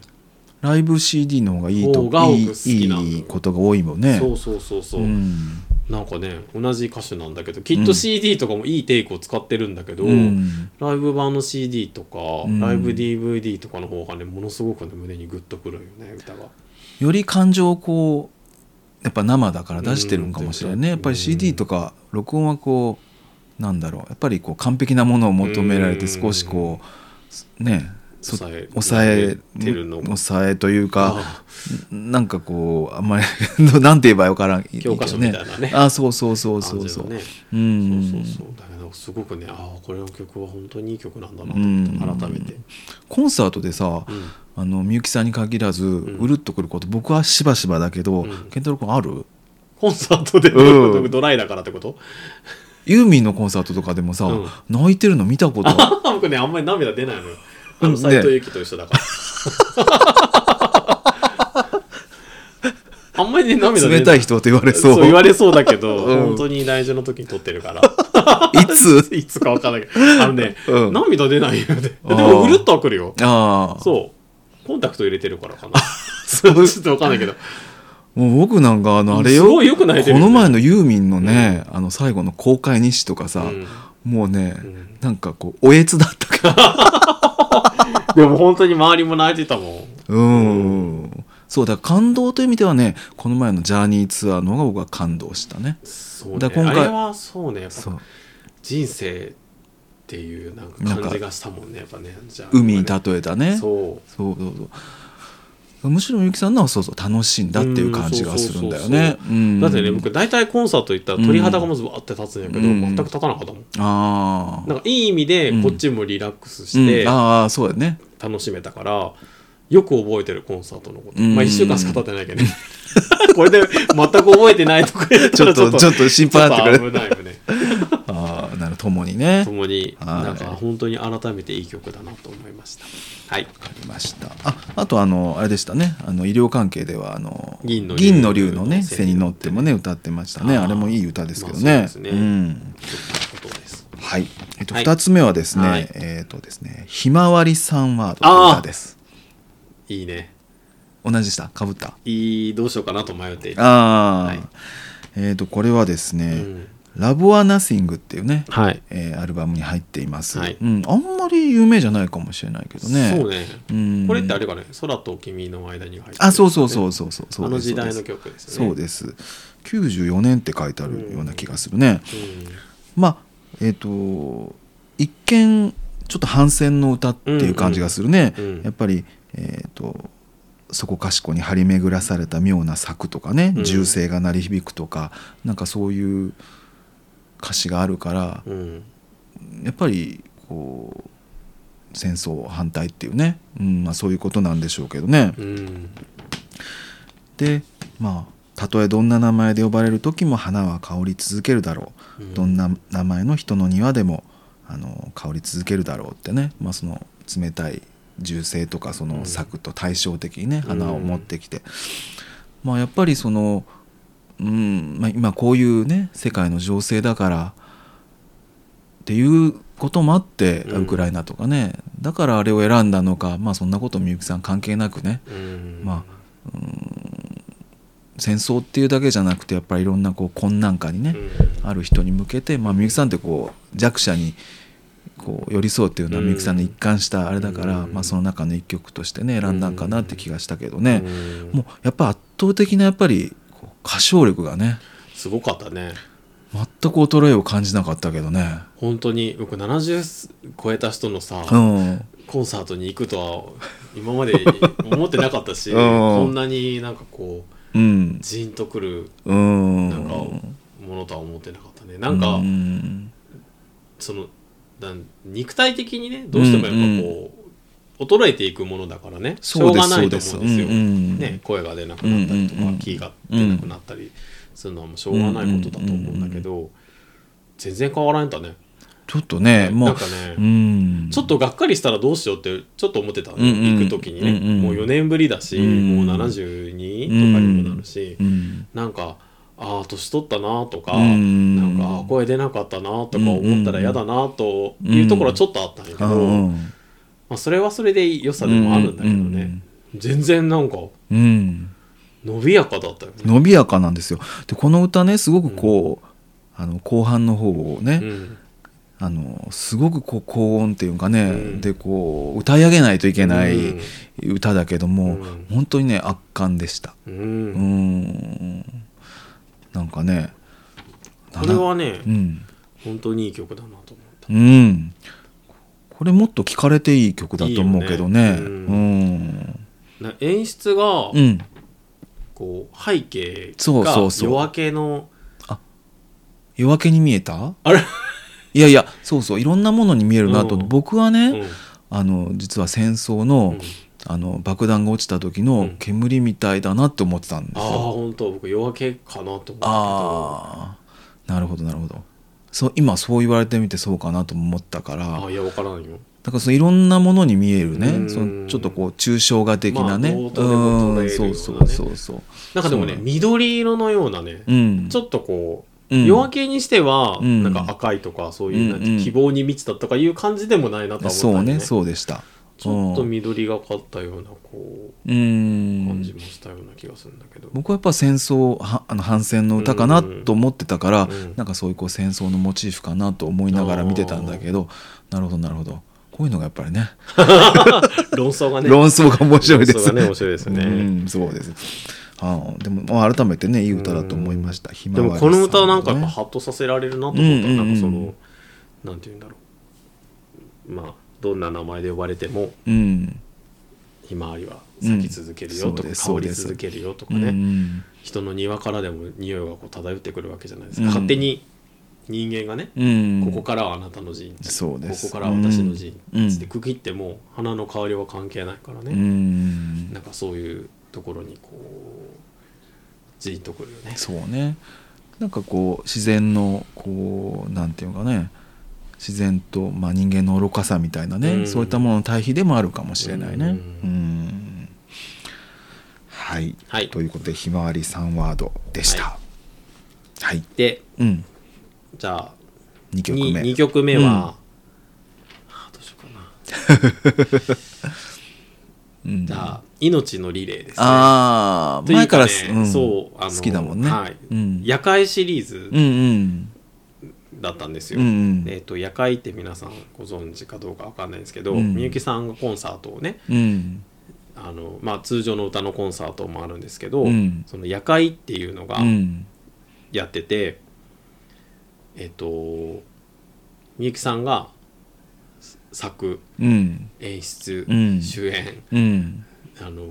ライブ CD の方がいい方とがいい僕好きなのいいことが多いもんねそうそうそうそう、うんなんかね同じ歌手なんだけどきっと CD とかもいいテイクを使ってるんだけど、うんライブ版の CD とか、うんライブ DVD とかの方がねものすごくね胸にグッとくるよね歌がより感情をこうやっぱ生だから出してるんかもしれないね、うんやっぱり CD とか録音はこうなんだろうやっぱりこう完璧なものを求められてうん少しこうねそ抑え抑えてるの抑えというかあなんかこうあんまり なんて言えばよからんいいけど教科書みたいなねあそうそうそうそう感じそのう、ねうそうんそうそうだけどすごくねああこれの曲は本当にいい曲なんだなとう思んった改めて、コンサートでさうんあのみゆきさんに限らず、んうるっとくること僕はしばしばだけど、うん健太郎君あるコンサートでうん僕ドライだからってこと、ユーミンのコンサートとかでもさ、うん泣いてるの見た ことある僕ねあんまり涙出ないのよあうんのね斎藤由貴と一緒 だから、あんまりね涙出ない冷たい人って言われそそうう言われそうだけど、うん本当に大事の時に撮って るからい ついつかわからないけどあのね、うん涙出ないよねであーもうるっとはくるよああそうコンタクト入れてるから かなそうちょっとわかんないけどもう僕なんかあのあれよ,、すごいよく泣いてるよこねの前のユーミンのね、あの最後の公開日誌とかさ、うんもうね、んなんかこうおえつだった からでも本当に周りも泣いてたもんうん、そうだから感動という意味ではねこの前のジャーニーツアーの方が僕は感動したねそうねだから今回あれはそうねやっぱそう人生っていうなんか感じがしたもんねやっぱねじゃあ海に例えたねそうそうそうそうむしろみゆきさんのはそうそう楽しいんだっていう感じがするんだよねううんだってね僕大体コンサート行ったら鳥肌がまずわーって立つんやけど、うん全く立たなかったもんあなんかいい意味でうんこっちもリラックスー、してうん、ああそうだよ ね楽しめたから、よく覚えてるコンサートのこと、うんまあ1週間しか経ってないけどね これで全く覚えてないとか言ったらちょっとちょっと心配になってくちょっと危ないよねああなるともにねわ共にはいなんか本当に改めていい曲だなと思いましたはいかりましたああとあのあれでしたねあの医療関係ではあの銀の竜竜のね背に背に乗ってもね歌ってましたねあーあれもいい歌ですけどね,、まあそうですねんということですはい、えっと、はい2つ目はですね、はいえっとですね「ひまわりさんは」という歌ですいいね同じでしたかぶったいいどうしようかなと迷っていたああ、はいえっ、とこれはですね、うんラボアナシングっていうね、はい、えーアルバムに入っています、はいうん、あんまり有名じゃないかもしれないけどねそうねうんこれってあれかね空と君の間に入ってるあそうそうそうそうそうそうあの時代のです曲ですねそうです94年って書いてあるような気がするね、まあえっ、と一見ちょっと反戦の歌っていう感じがするね、うんうんうんやっぱりえっ、とそこかしこに張り巡らされた妙な策とかね、うん銃声が鳴り響くとかなんかそういう歌詞があるからうん、うんやっぱりこう戦争反対っていうね、うんまあ、そういうことなんでしょうけどね。うんでまあたとえどんな名前で呼ばれる時も花は香り続けるだろう、うんどんな名前の人の庭でもあの香り続けるだろうってね、まあ、その冷たい銃声とかそうんの策と対照的にね、花をうん持ってきて、まあ、やっぱりその、うんまあ、今こういうね世界の情勢だからっていうこともあって、うんウクライナとかねだからあれを選んだのか、まあ、そんなことみゆきさん関係なくね、うんまあ戦争っていうだけじゃなくてやっぱりいろんなこう困難下にね、ある人に向けて、まあ、みゆきさんってこう弱者にこう寄り添うっていうのはうんみゆきさんの一貫したあれだから、うんまあ、その中の一曲としてね選んだんかなって気がしたけどね、うんもうやっぱ圧倒的なやっぱりこう歌唱力がねすごかったね全く衰えを感じなかったけどね。本当に僕70超えた人のさ、うんコンサートに行くとは今まで思ってなかった し、うんこんなになんかこううんジーンとくるうんなんかものとは思ってなかったねなんか、うんそのなん肉体的にねどうしてもやっぱこう、衰えていくものだからねしょそううでがすなそういでと思すうんですよ、うんうんね、声が出なくなったりとか、うんうんうんキーが出なくなったりするのはもうしょうがないことだと思うんだけど、全然変わらんたねちょっとねもなうんかね、うんちょっとがっかりしたらどうしようってちょっと思ってたの、うんうん行く時にね、うんうんもう4年ぶりだし、うんもう72とかにもなるし、うんなんかああ年取ったなとか、うんなんかあー声出なかったなとか思ったら嫌だなというところはちょっとあったんだけど、うんまあ、それはそれで良さでもあるんだけどね、全然なんかうん、伸びやかだったよね伸びやかなんですよでこの歌ねすごくこう、あの後半の方をね、うんあのすごくこう高音っていうかね、うんでこう歌い上げないといけないうん歌だけども、うん本当にね圧巻でした。ううんんなんかねこれはねうん、本当にいい曲だなと思ったうん、これもっと聴かれていい曲だと思うけどね。いいうよねんな演出がうんこう背景そうがそうそう夜明けの夜明けに見えたあれいやいやそうそういろんなものに見えるなと、うん僕はね、うんあの実は戦争の,、うんあの爆弾が落ちた時うのん煙みたいだなって思ってたんですあよ。あ本当僕夜明けかなと思ったああなるほどなるほどそう今そう言われてみてそうかなとも思ったからけどあいや分からんよだからそのいろんなものに見えるね、うんそのちょっとこう抽象画的なね、まあどうとでも捉えるよううなねんそうそうそうそうなんかでもそうなねの緑色のようなねうんちょっとこううん夜明けにしてはうんなんか赤いとかそういうなんてうんうん希望に満ちたとかいう感じでもないなとはそ思うったねねそうでしたちょっと緑がかったようなこううん感じもしたような気がするんだけど僕はやっぱ戦争はあの反戦の歌かなと思ってたから、うんなんかそういうこう戦争のモチーフかなと思いながら見てたんだけどなるほどなるほどこういうのがやっぱりね論争がね論争が面白いで論す争がね面白いですよねうん、そうです。ああでも、まあ、改めてね、いい歌だと思いました。ひでまわもりこの歌はなんかさやっのぱねハッとさせられるなと思った、うんうんうんなんかそのなんて言うんだろうまあどんな名前で呼ばれてもうん、ひまわりは咲き続けるうよとんそうか、です香そうりです続けるよとかうね、ん、人の庭からでも匂いがこう漂ってくるわけじゃないですうんか、勝手に人間がね、うん、ここからはあなたの陣地そうですここからは私の陣うん地つって区切っても花の香りは関係ないからうね、ん、なんかそういうところにこうじーっとくるよね。そうね。なんかこう自然のこうなんていうのかね、自然とまあ人間の愚かさみたいなね、うんそういったものの対比でもあるかもしれないね。ううんん。はい、はいということでひまわり三ワードでした。は、はいでうん、じゃあ二曲目。 2曲目は、うんあーどうしようかなうんじゃあ「命のリレー」ですねあとあいう前からす、ねうんそうあの好きだもんね、はいうん、夜会シリーズうんうんだったんですうんよ、うんえっと夜会って皆さんご存知かどうかわかんないんですけど、うんみゆきさんがコンサートをねうんあの、まあ、通常の歌のコンサートもあるんですけど、うんその夜会っていうのがうんやってて、えっ、とみゆきさんが作うん演出、うん主演うんあのー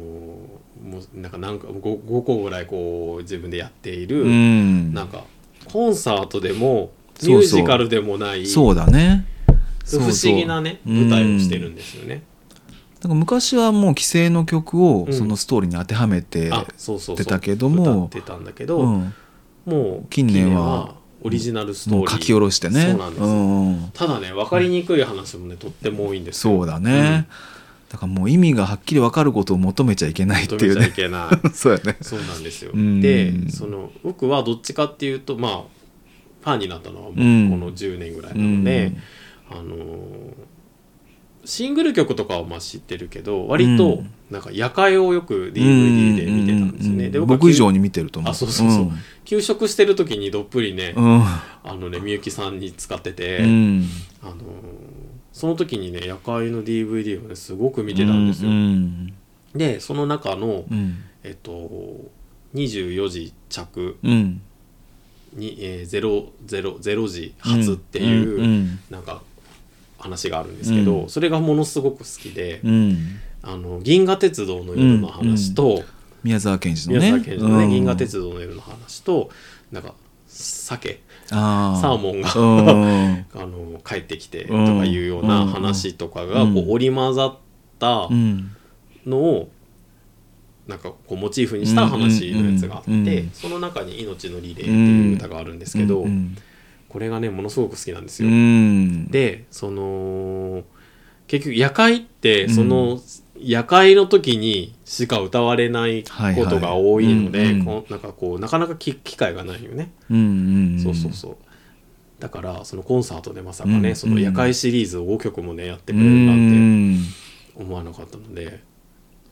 もうなんかなんか 5, 5個ぐらいこう自分でやっている、うんなんかコンサートでもそうミそうュージカルでもないそうだね不思議なねそねうそう舞台をしてるんですよね。なんか昔はもう既成の曲をうんそのストーリーに当てはめて、あそうそうそう出たけども歌ってたんだけうど、んもう近年はオリジナルストーもリーう書き下ろしてねそうなんですよんうんただね分かりにくい話もねとっても多いんですそうだね、だからもう意味がはっきり分かることを求めちゃいけないって求いうめちゃいねけない そうやねそうなんですようんでその僕はどっちかっていうとまあファンになったのはもうこうんの10年ぐらいなので、あのーシングル曲とかはまあ知ってるけど割うとんなんか夜会をよくうん DVD で見てたんですようね。んで僕以上にに見てると思うあそうそうそう給食してる時にどっぷりね、うん、うんあのねみゆきさんに使ってて、うんあのーその時にね夜会の DVD をねすごく見てたんですよ。うんでその中のう、んえっと、24時着うんに、えー、00 0時発っていう、なんか話があるんですけど、うんそれがものすごく好きで。うんうんあの銀河鉄道の夜の話と、宮沢賢治のね宮沢賢治のね、うん銀河鉄道の夜の話となんか鮭あサーモンが、 ンあの帰ってきてとかいうような話とかがうんこう織り交ざったうんのをなんかこうモチーフにした話のやつがあって、うんうんうんその中に「命のリレー」っていう歌があるんですけど、うんこれがねものすごく好きなんですうよ。んでその結局夜会ってその、夜会の時にしか歌われないことが多いので、はいはいうんうんこうなんかこうなかなかき機会がないよね、うんうんそうそうそうだからそのコンサートでまさかね、うんその夜会シリーズを5曲もねやってくれるなんてん思わなかったので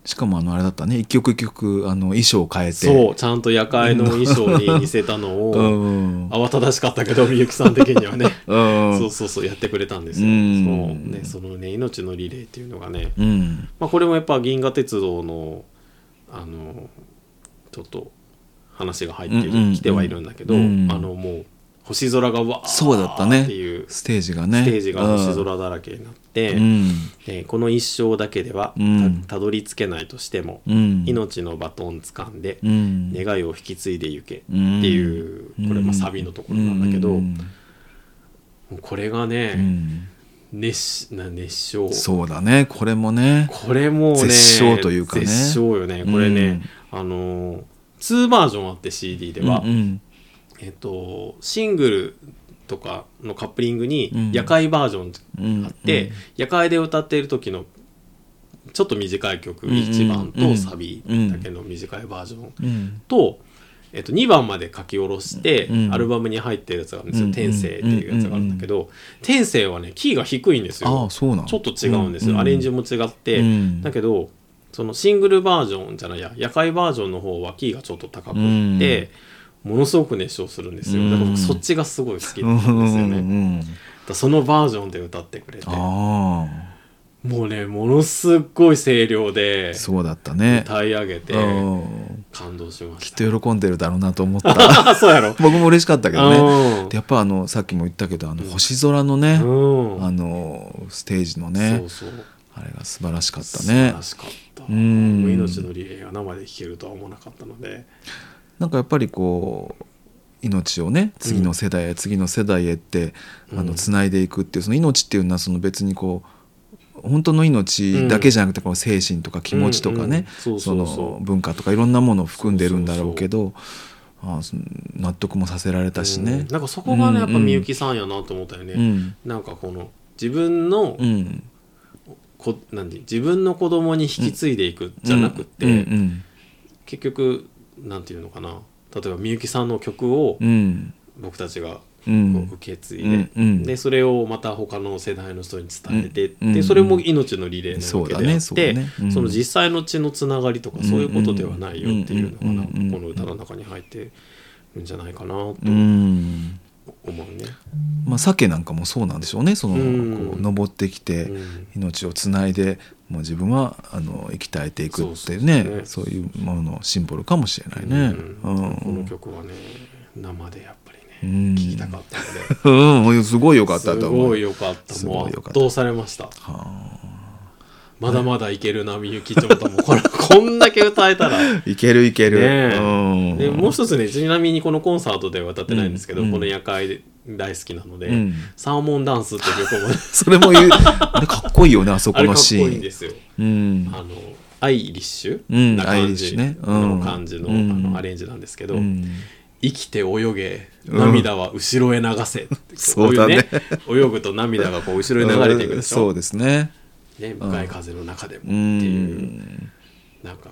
しかもあのあれだったね一曲一曲あの衣装を変えてそうちゃんと夜会の衣装に似せたのうをん慌ただしかったけどみゆきさん的にはねうんそうそうそうやってくれたんですよ、うんそうね、そのね命のリレーっていうのがね、うんまあ、これもやっぱ銀河鉄道のあのちょっと話が入ってき、うんうんてはいるんだけど、うんあのもう星空がわそうだったねーっていうスステージがねテージが星空だらけになって、うんえーこの一生だけではうんたたどり着けないとしても、うん命のバトン掴んで、うん願いを引き継いでゆけってうんいう、これまあサビのところなんだけど、うんもうこれがうね、ん熱しな熱唱そうだねこれもねこれもうね絶唱というかね絶唱よねこれね、あのー2バージョンあって CD では、うんうんえっとシングルとかのカップリングうにん夜会バージョンうんあって、夜会で歌っている時のちょっと短い曲1番うんうとんサビだけの短いバージョンうんと、えっと、2番まで書き下ろして、うんアルバムに入ってるやつがあるんですよ「うん天性」っていうやつがあるんだけど、天性はねキーが低いんですあよあそうなのちょっと違うんですよ、アレンジも違って、うんだけどそのシングルバージョンじゃないや夜会バージョンの方はキーがちょっと高くって、ものすごく熱唱するんですよ、うんだから僕そっちがすごい好きなんですようんうんうね、だかんらそのバージョンで歌ってくれてあもうねものすごい声量であそうだったね歌い上げてうん感動しましきたっと喜んでるだろうなと思った あそうや ろ僕も嬉しかったけどねうんでやっぱあのさっきも言ったけどあの星空のねうんあのステージのそねうそうあれが素晴らしかった素晴ねらしかった、うんもう命のリレーが生で聴けるとは思わなかったのでなんかやっぱりこう命をね次の世代へ、次の世代へってあうのん繋いでいくっていうその命っていうのはその別にこう本当の命だけじゃなくてこの精神とか気持ちとかうんうんねそうそそうそうの文化とかいろんなものを含んでるんだろうけどああその納得もさせられたしねうん。なんかそこがねやっぱうんみゆきさんやなと思ったよね、うんなんかこの自分のうんこなんて自分の子供に引き継いでいくじゃなくて、うん結局なんていうのかな例えばみゆきさんの曲をうんうん僕たちがこううん受け継いで、うんうんでそれをまた他の世代の人に伝えて、うんうでんそれも命のリレーなわけであっそうだねそうてだそ,、ねうんの実際の血のつながりとかそういうことではないよっていうのがなうんうんうんこの歌の中に入ってるんじゃないかなと思ううね。んまあ鮭なんかもそうなんでしょうねそのうんこう登ってきて。うん命をつないでもう自分はあの生き絶えていくっていうそうそうねそそういうもののシンボルかもしれないね。ううんこのん曲はね生でやっぱうりねん聴きたかったので。うん、すごい良かっすたと思ごう。い良かったすもうごい良圧かった倒されましたまだまだいけるなみゆきちょっともうこれこんだけ歌えたらいけるいける。ねえうんでもう一つねちなみにこのコンサートでは歌ってないんですけど、うんこの夜会大好きなので、うんサーモンダンスってい う曲もそれも言うあれかっこいいよねあそあこれのかっこシいいんでーン。すようんあのアイリッシうュんなアイリ感ッシじュねうんの感じの,、うんあのアレンジなんですけど、うん生きて泳げうん涙は後ろへ流せ、そうだねこういうね泳ぐと涙がこう後ろへ流れていくでし そょ、うですね。ね、向かい風の中でもってういう、んなんか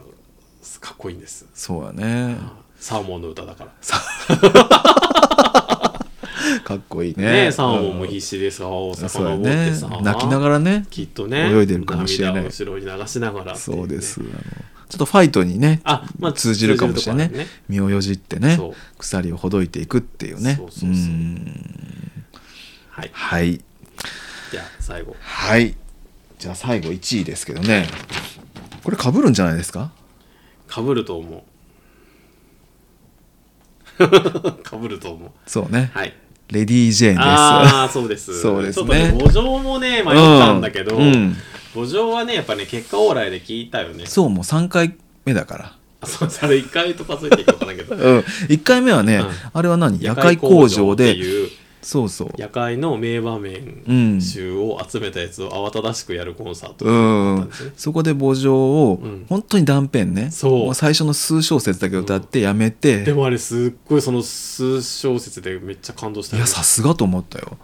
かっこいいんですそうやね。サーモンの歌だからかっこいいねね。サーモンも必死でさおうんそう魚やを持ってねさ、。泣きながららね。きっとね泳いでるかもしれない涙を後ろに流しながらっていねそうです。あのちょっとファイトにね、あまあ通じるかもしれない通じねるとこ。身をよじってねそう、鎖をほどいていくっていうね。そうそうそうんはいはい。じゃあ最後はい。じゃあ最後1位ですけどね。これ被るんじゃないですかかぶると 思うかぶると思うそうね。はいレディー・ジェーンです。ああそうですそうですねちょっとね五条もね迷ったんだけど、うんうん五条はねやっぱね結果オーライで聞いたよねそう、もう3回目だから。あそう それ一回とかついていくのかなけどうん、1回目はね、うんあれは何夜会工場ってでいうそうそう夜会の名場面集を集めたやつを慌ただしくやるコンサート、うんですね、そこで墓場をうん本当に断片ね、そうも最初の数小節だけ歌ってやめて、でもあれすっごいその数小節でめっちゃ感動したいよやねさすがと思ったよ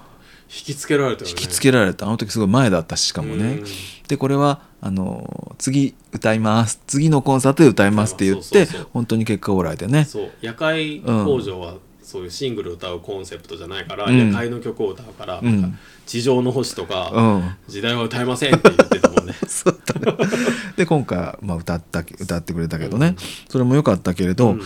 引きつけられたよね引きつけられたあの時すごい前だったししかもねうんでこれはあの次歌います次のコンサートで歌いますって言っそうてそうそうそう本当に結果オーライでねそう夜会工場はそういうシングル歌うコンセプトじゃないから、うん夜会の曲を歌うから、うんなんか地上の星とか、うん時代は歌えませんって言ってたもんね そうだねで今回、まあ、歌ったけ歌ってくれたけどね、それも良かったけれど、うん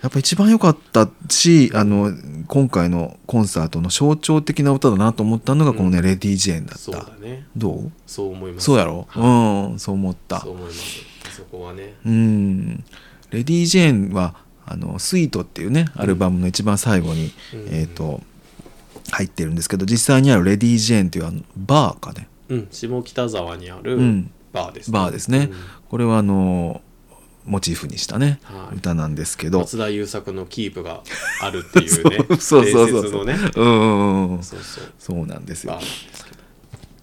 やっぱ一番良かったしあの今回のコンサートの象徴的な歌だなと思ったのがこのね「レディー・ジェーン」だった、そうだねどうそう思いますそうやろ、はうんそう思っいたそう思いますそこはねうん「レディー・ジェーンは」あの「スイートっていうねアルバムの一番最後に、うんえっ、と入ってるんですけど実際にある「レディー・ジェーン」っていうあのバーかねうん下北沢にあるうんバーです、バーですね、これはあのモチーフにしたね、はい歌なんですけうんど松田優作のキープがあるっていうね そうそうそう伝説そう、のねうんうんうんそうそうそうなんですよバーなんですけど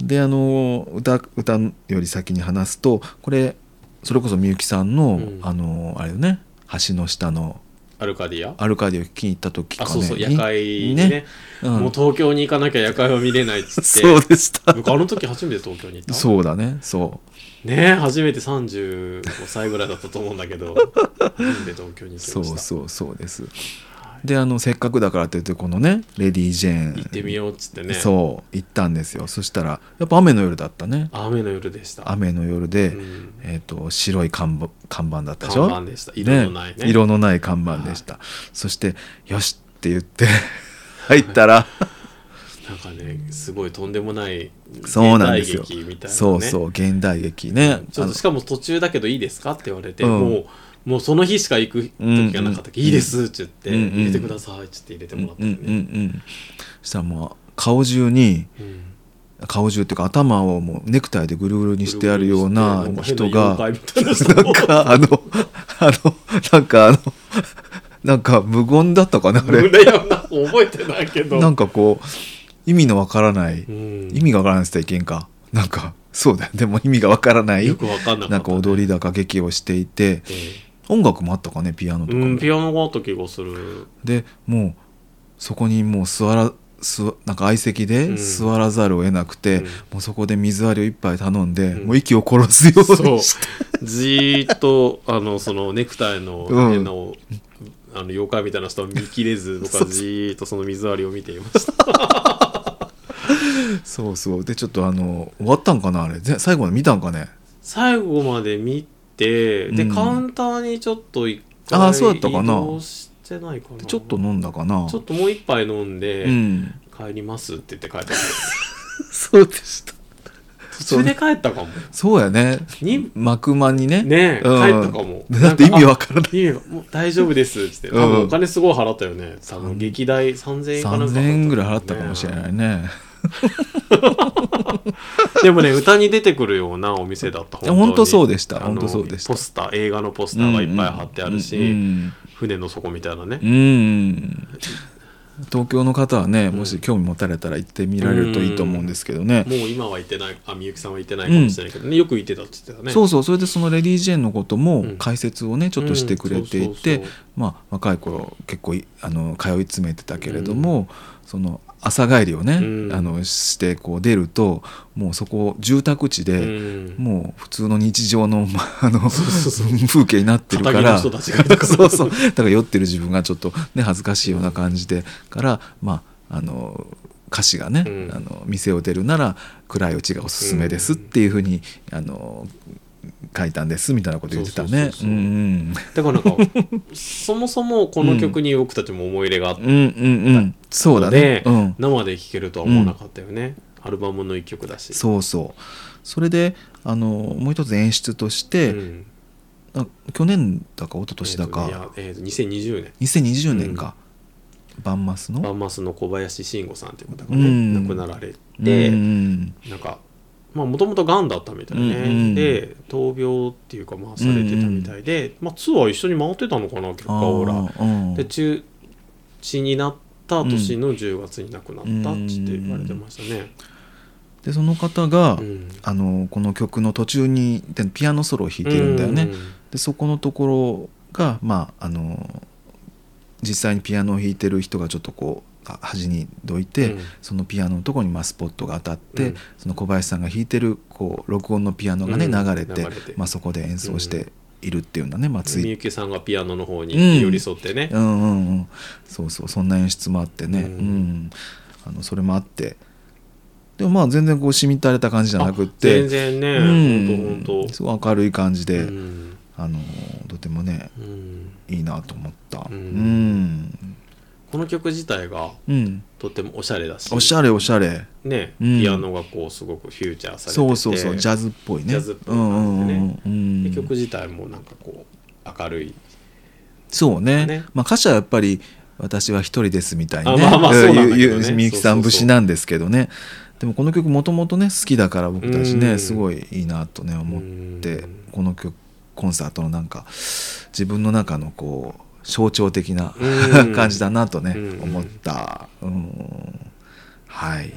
であの歌歌より先に話すとこれそれこそみゆきさんの、うんあのあれよね橋の下のアルカディアアルカディを聞いた時かあねそうそうに夜会にねうんもう東京に行かなきゃ夜会は見れないっつってそうでした僕あの時初めて東京に行ったそうだねそねえ初めて35歳ぐらいだったと思うんだけど初めて東京にう行きそうましたそうそうですはであのせっかくだからって言ってこのねレディー・ジェーン行ってみようっつってねそう行ったんですよそしたらやっぱ雨の夜だったね雨の夜でした雨の夜で、うんえー、と白い看板看板だったでしょ看板でした色のないね色のない看板でした、そして「よし!」って言って 入った ら、なんかねすごいとんでもないそうなんですよ現代劇みたいなねそうそう現代劇ねちょっとしかも途中だけどいいですかって言われて、うんもうもうその日しか行く時がなかったけど、うんうんいいですって言って、うんうん入れてくださいって言って入れてあのもらっうたんうんんだうよんうね、んそしたらもう顔中にうん顔中っていうか頭をもうネクタイでぐるぐるにしてあるような人がなんか変な 妖怪みたいな人 なんかあのあのなんかあのなんか無言だったかなあれ胸やな覚えてないけどなんかこう意味のわからない、うん意味がわからないって言ったらいけんかなんかそうだよでも意味がわからないよくわかんなかったね、なんか踊りだか劇をしていて音楽もあったかねピアノとかうも、ん、うん、ピアノがあった気がするでもうそこにもう座ら座なんか相席うでん座らざるを得なくて、うんもうそこで水割りを一杯頼んで、うんもう息を殺すようそにうしてじーっとあのそのネクタイのうん変なおあの妖怪みたいな人は見切れず僕はじーっとその水割りを見ていましたそうそうでちょっとあの終わったんかなあれぜ最後まで見たんかね最後まで見てで、うんカウンターにちょっと一あ回ーそうだったかな移動してないかなでちょっと飲んだかなちょっともう一杯飲んで、うん帰りますって言って帰ったんです そうでした途中で帰ったかもそうやねに幕間にねねえ、うん帰ったかもだって意味わ からないいやもう大丈夫ですって言っうて、ん多分お金すごい払ったよね。多さん分劇代3000円かなんか、。3000円ぐらい払ったかもしれないいねでもね、歌に出てくるようなお店だった。いや本当そうででした本当そうでしたポスター、映画のポスターがいっぱい貼ってあるし、うん船の底みたいなねうんう。んうん東京の方はねもし興味持たれたら行ってみられるといいと思うんですけどね、もう今は行ってない、あ、みゆきさんは行ってないかもしれないけどね、よく行ってたって言ってたね。そううそうそれでそのレディー・ジェーンのこともうん解説をねちょっとしてくれていて、んそうそうまあ、若い頃結構いあの通い詰めてたけれども、その朝帰りをね、うんあのしてこう出るともうそこ住宅地そううで、んもう普通の日常の,、まあ、あのそうそう 風景になってるから片桐の人たちがいたから そうそうだから酔ってる自分がちょっと、ね、恥ずかしいような感じでから、まあ、あの歌詞がね、うんあの店を出るなら暗いうちがおすすめですっていうふうに、あの書いたんですみたいなこと言ってたね。そううそうそうそうんだからなんか、そもそもこの曲に僕たちも思い入れがあっうんうんうんうんそうだねで、。うん、生で聴けるとは思わなかったよね、アルバムの一曲だしそうそうそれであのもう一つ演出として、んあ去年だか一昨年だか、えーとねいやえーと2020年2020年か、バンマスのバンマスの小林慎吾さんっていう方がうねん亡くなられて、うんなんかまあもともとがんだったみたいね、うんで闘病っていうかまあされてたみたいで、まあ、ツアー一緒に回ってたのかな結果オーラあーうんで中止になった年の10月に亡くなったって言われてましたね、でその方が、うんあのこの曲の途中にでピアノソロを弾いてるんだよね、でそこのところがまああの実際にピアノを弾いてる人がちょっとこうあ端にどいて、うんそのピアノのところにまあスポットが当たって、うんその小林さんが弾いてるこう録音のピアノがね、うん流れて,、流れてまあ、そこで演奏しているっていうのはね、まあ、ツイみゆきさんがピアノの方うんに寄り添ってね、うんうんうん、そうそうそんな演出もあってね、ううんんあのそれもあってでもまあ全然こうしみったれた感じじゃなくっ全て然ね、うんほんとほんとすごい明るい感じで、うんあのとてもねうんいいなと思った、ううんんこの曲自体がうん、とてもおしゃれだしおしゃれおしゃれね、うんピアノがこうすごくフューチャーされててそうそうそうジャズっぽいねジャズっぽい感じでねうんうんうんうでん曲自体もなんかこう明るいそうねねまあ、歌詞はやっぱり「私は一人です」みたいなねあまあまあそうなんだけどねゆゆみゆきさんそうそうそう節なんですけどねでもこの曲もともとね好きだから僕たちうねんすごいいいなとね思ってうんこの曲コンサートのなんか自分の中のこう象徴的なう ん感じだなとねうん思ったうんはい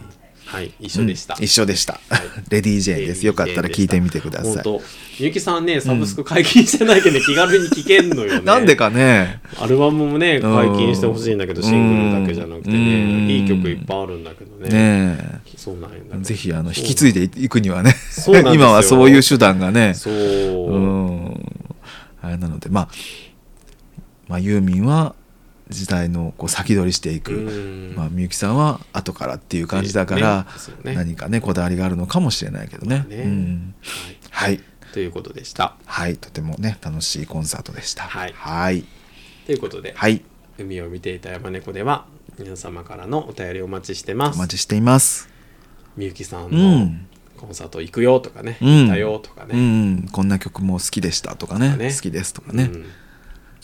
はい一緒でした、うん一緒でした、 レディー・ジェーンですよかったら聞いてみてくださ本い、当みゆきさんねサブスク解禁してない けど、ね気軽に聴けんのよねなんでかねアルバムもねうん解禁してほしいんだけどシングルだけじゃなくてうんねいい曲いっぱいあるんだけどねねえそうなんやぜひあの引き継いでいくにはねそうなんですよ今はそういう手段がねそう、うんあれなので、まあ、まあユーミンは時代のこう先取りしていく、うんまあ、みゆきさんは後からっていう感じだから、ねそうね何かねこだわりがあるのかもしれないけどね。ねうんはいはいということでしたはい、とてもね楽しいコンサートでした。はいはい、ということで、はい海を見ていた山猫では皆様からのお便りお待ちしてまおす待ちしています。みゆきさんうのん、コンサート行くよとかね、うん行ったよとかうね,ん、こんな曲も好きでしたとかね、ね好きですとかうん、ね、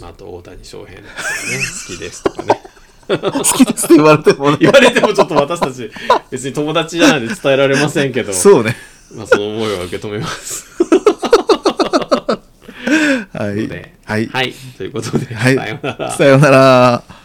あと大谷翔平のことね好きですとかね 好きですって言われてもね言われてもちょっと私たち別に友達じゃないので伝えられませんけどそうね。まあ、その思いは受け止めます。はのいで。はい。はい、ということで、はいさようなら。さようなら。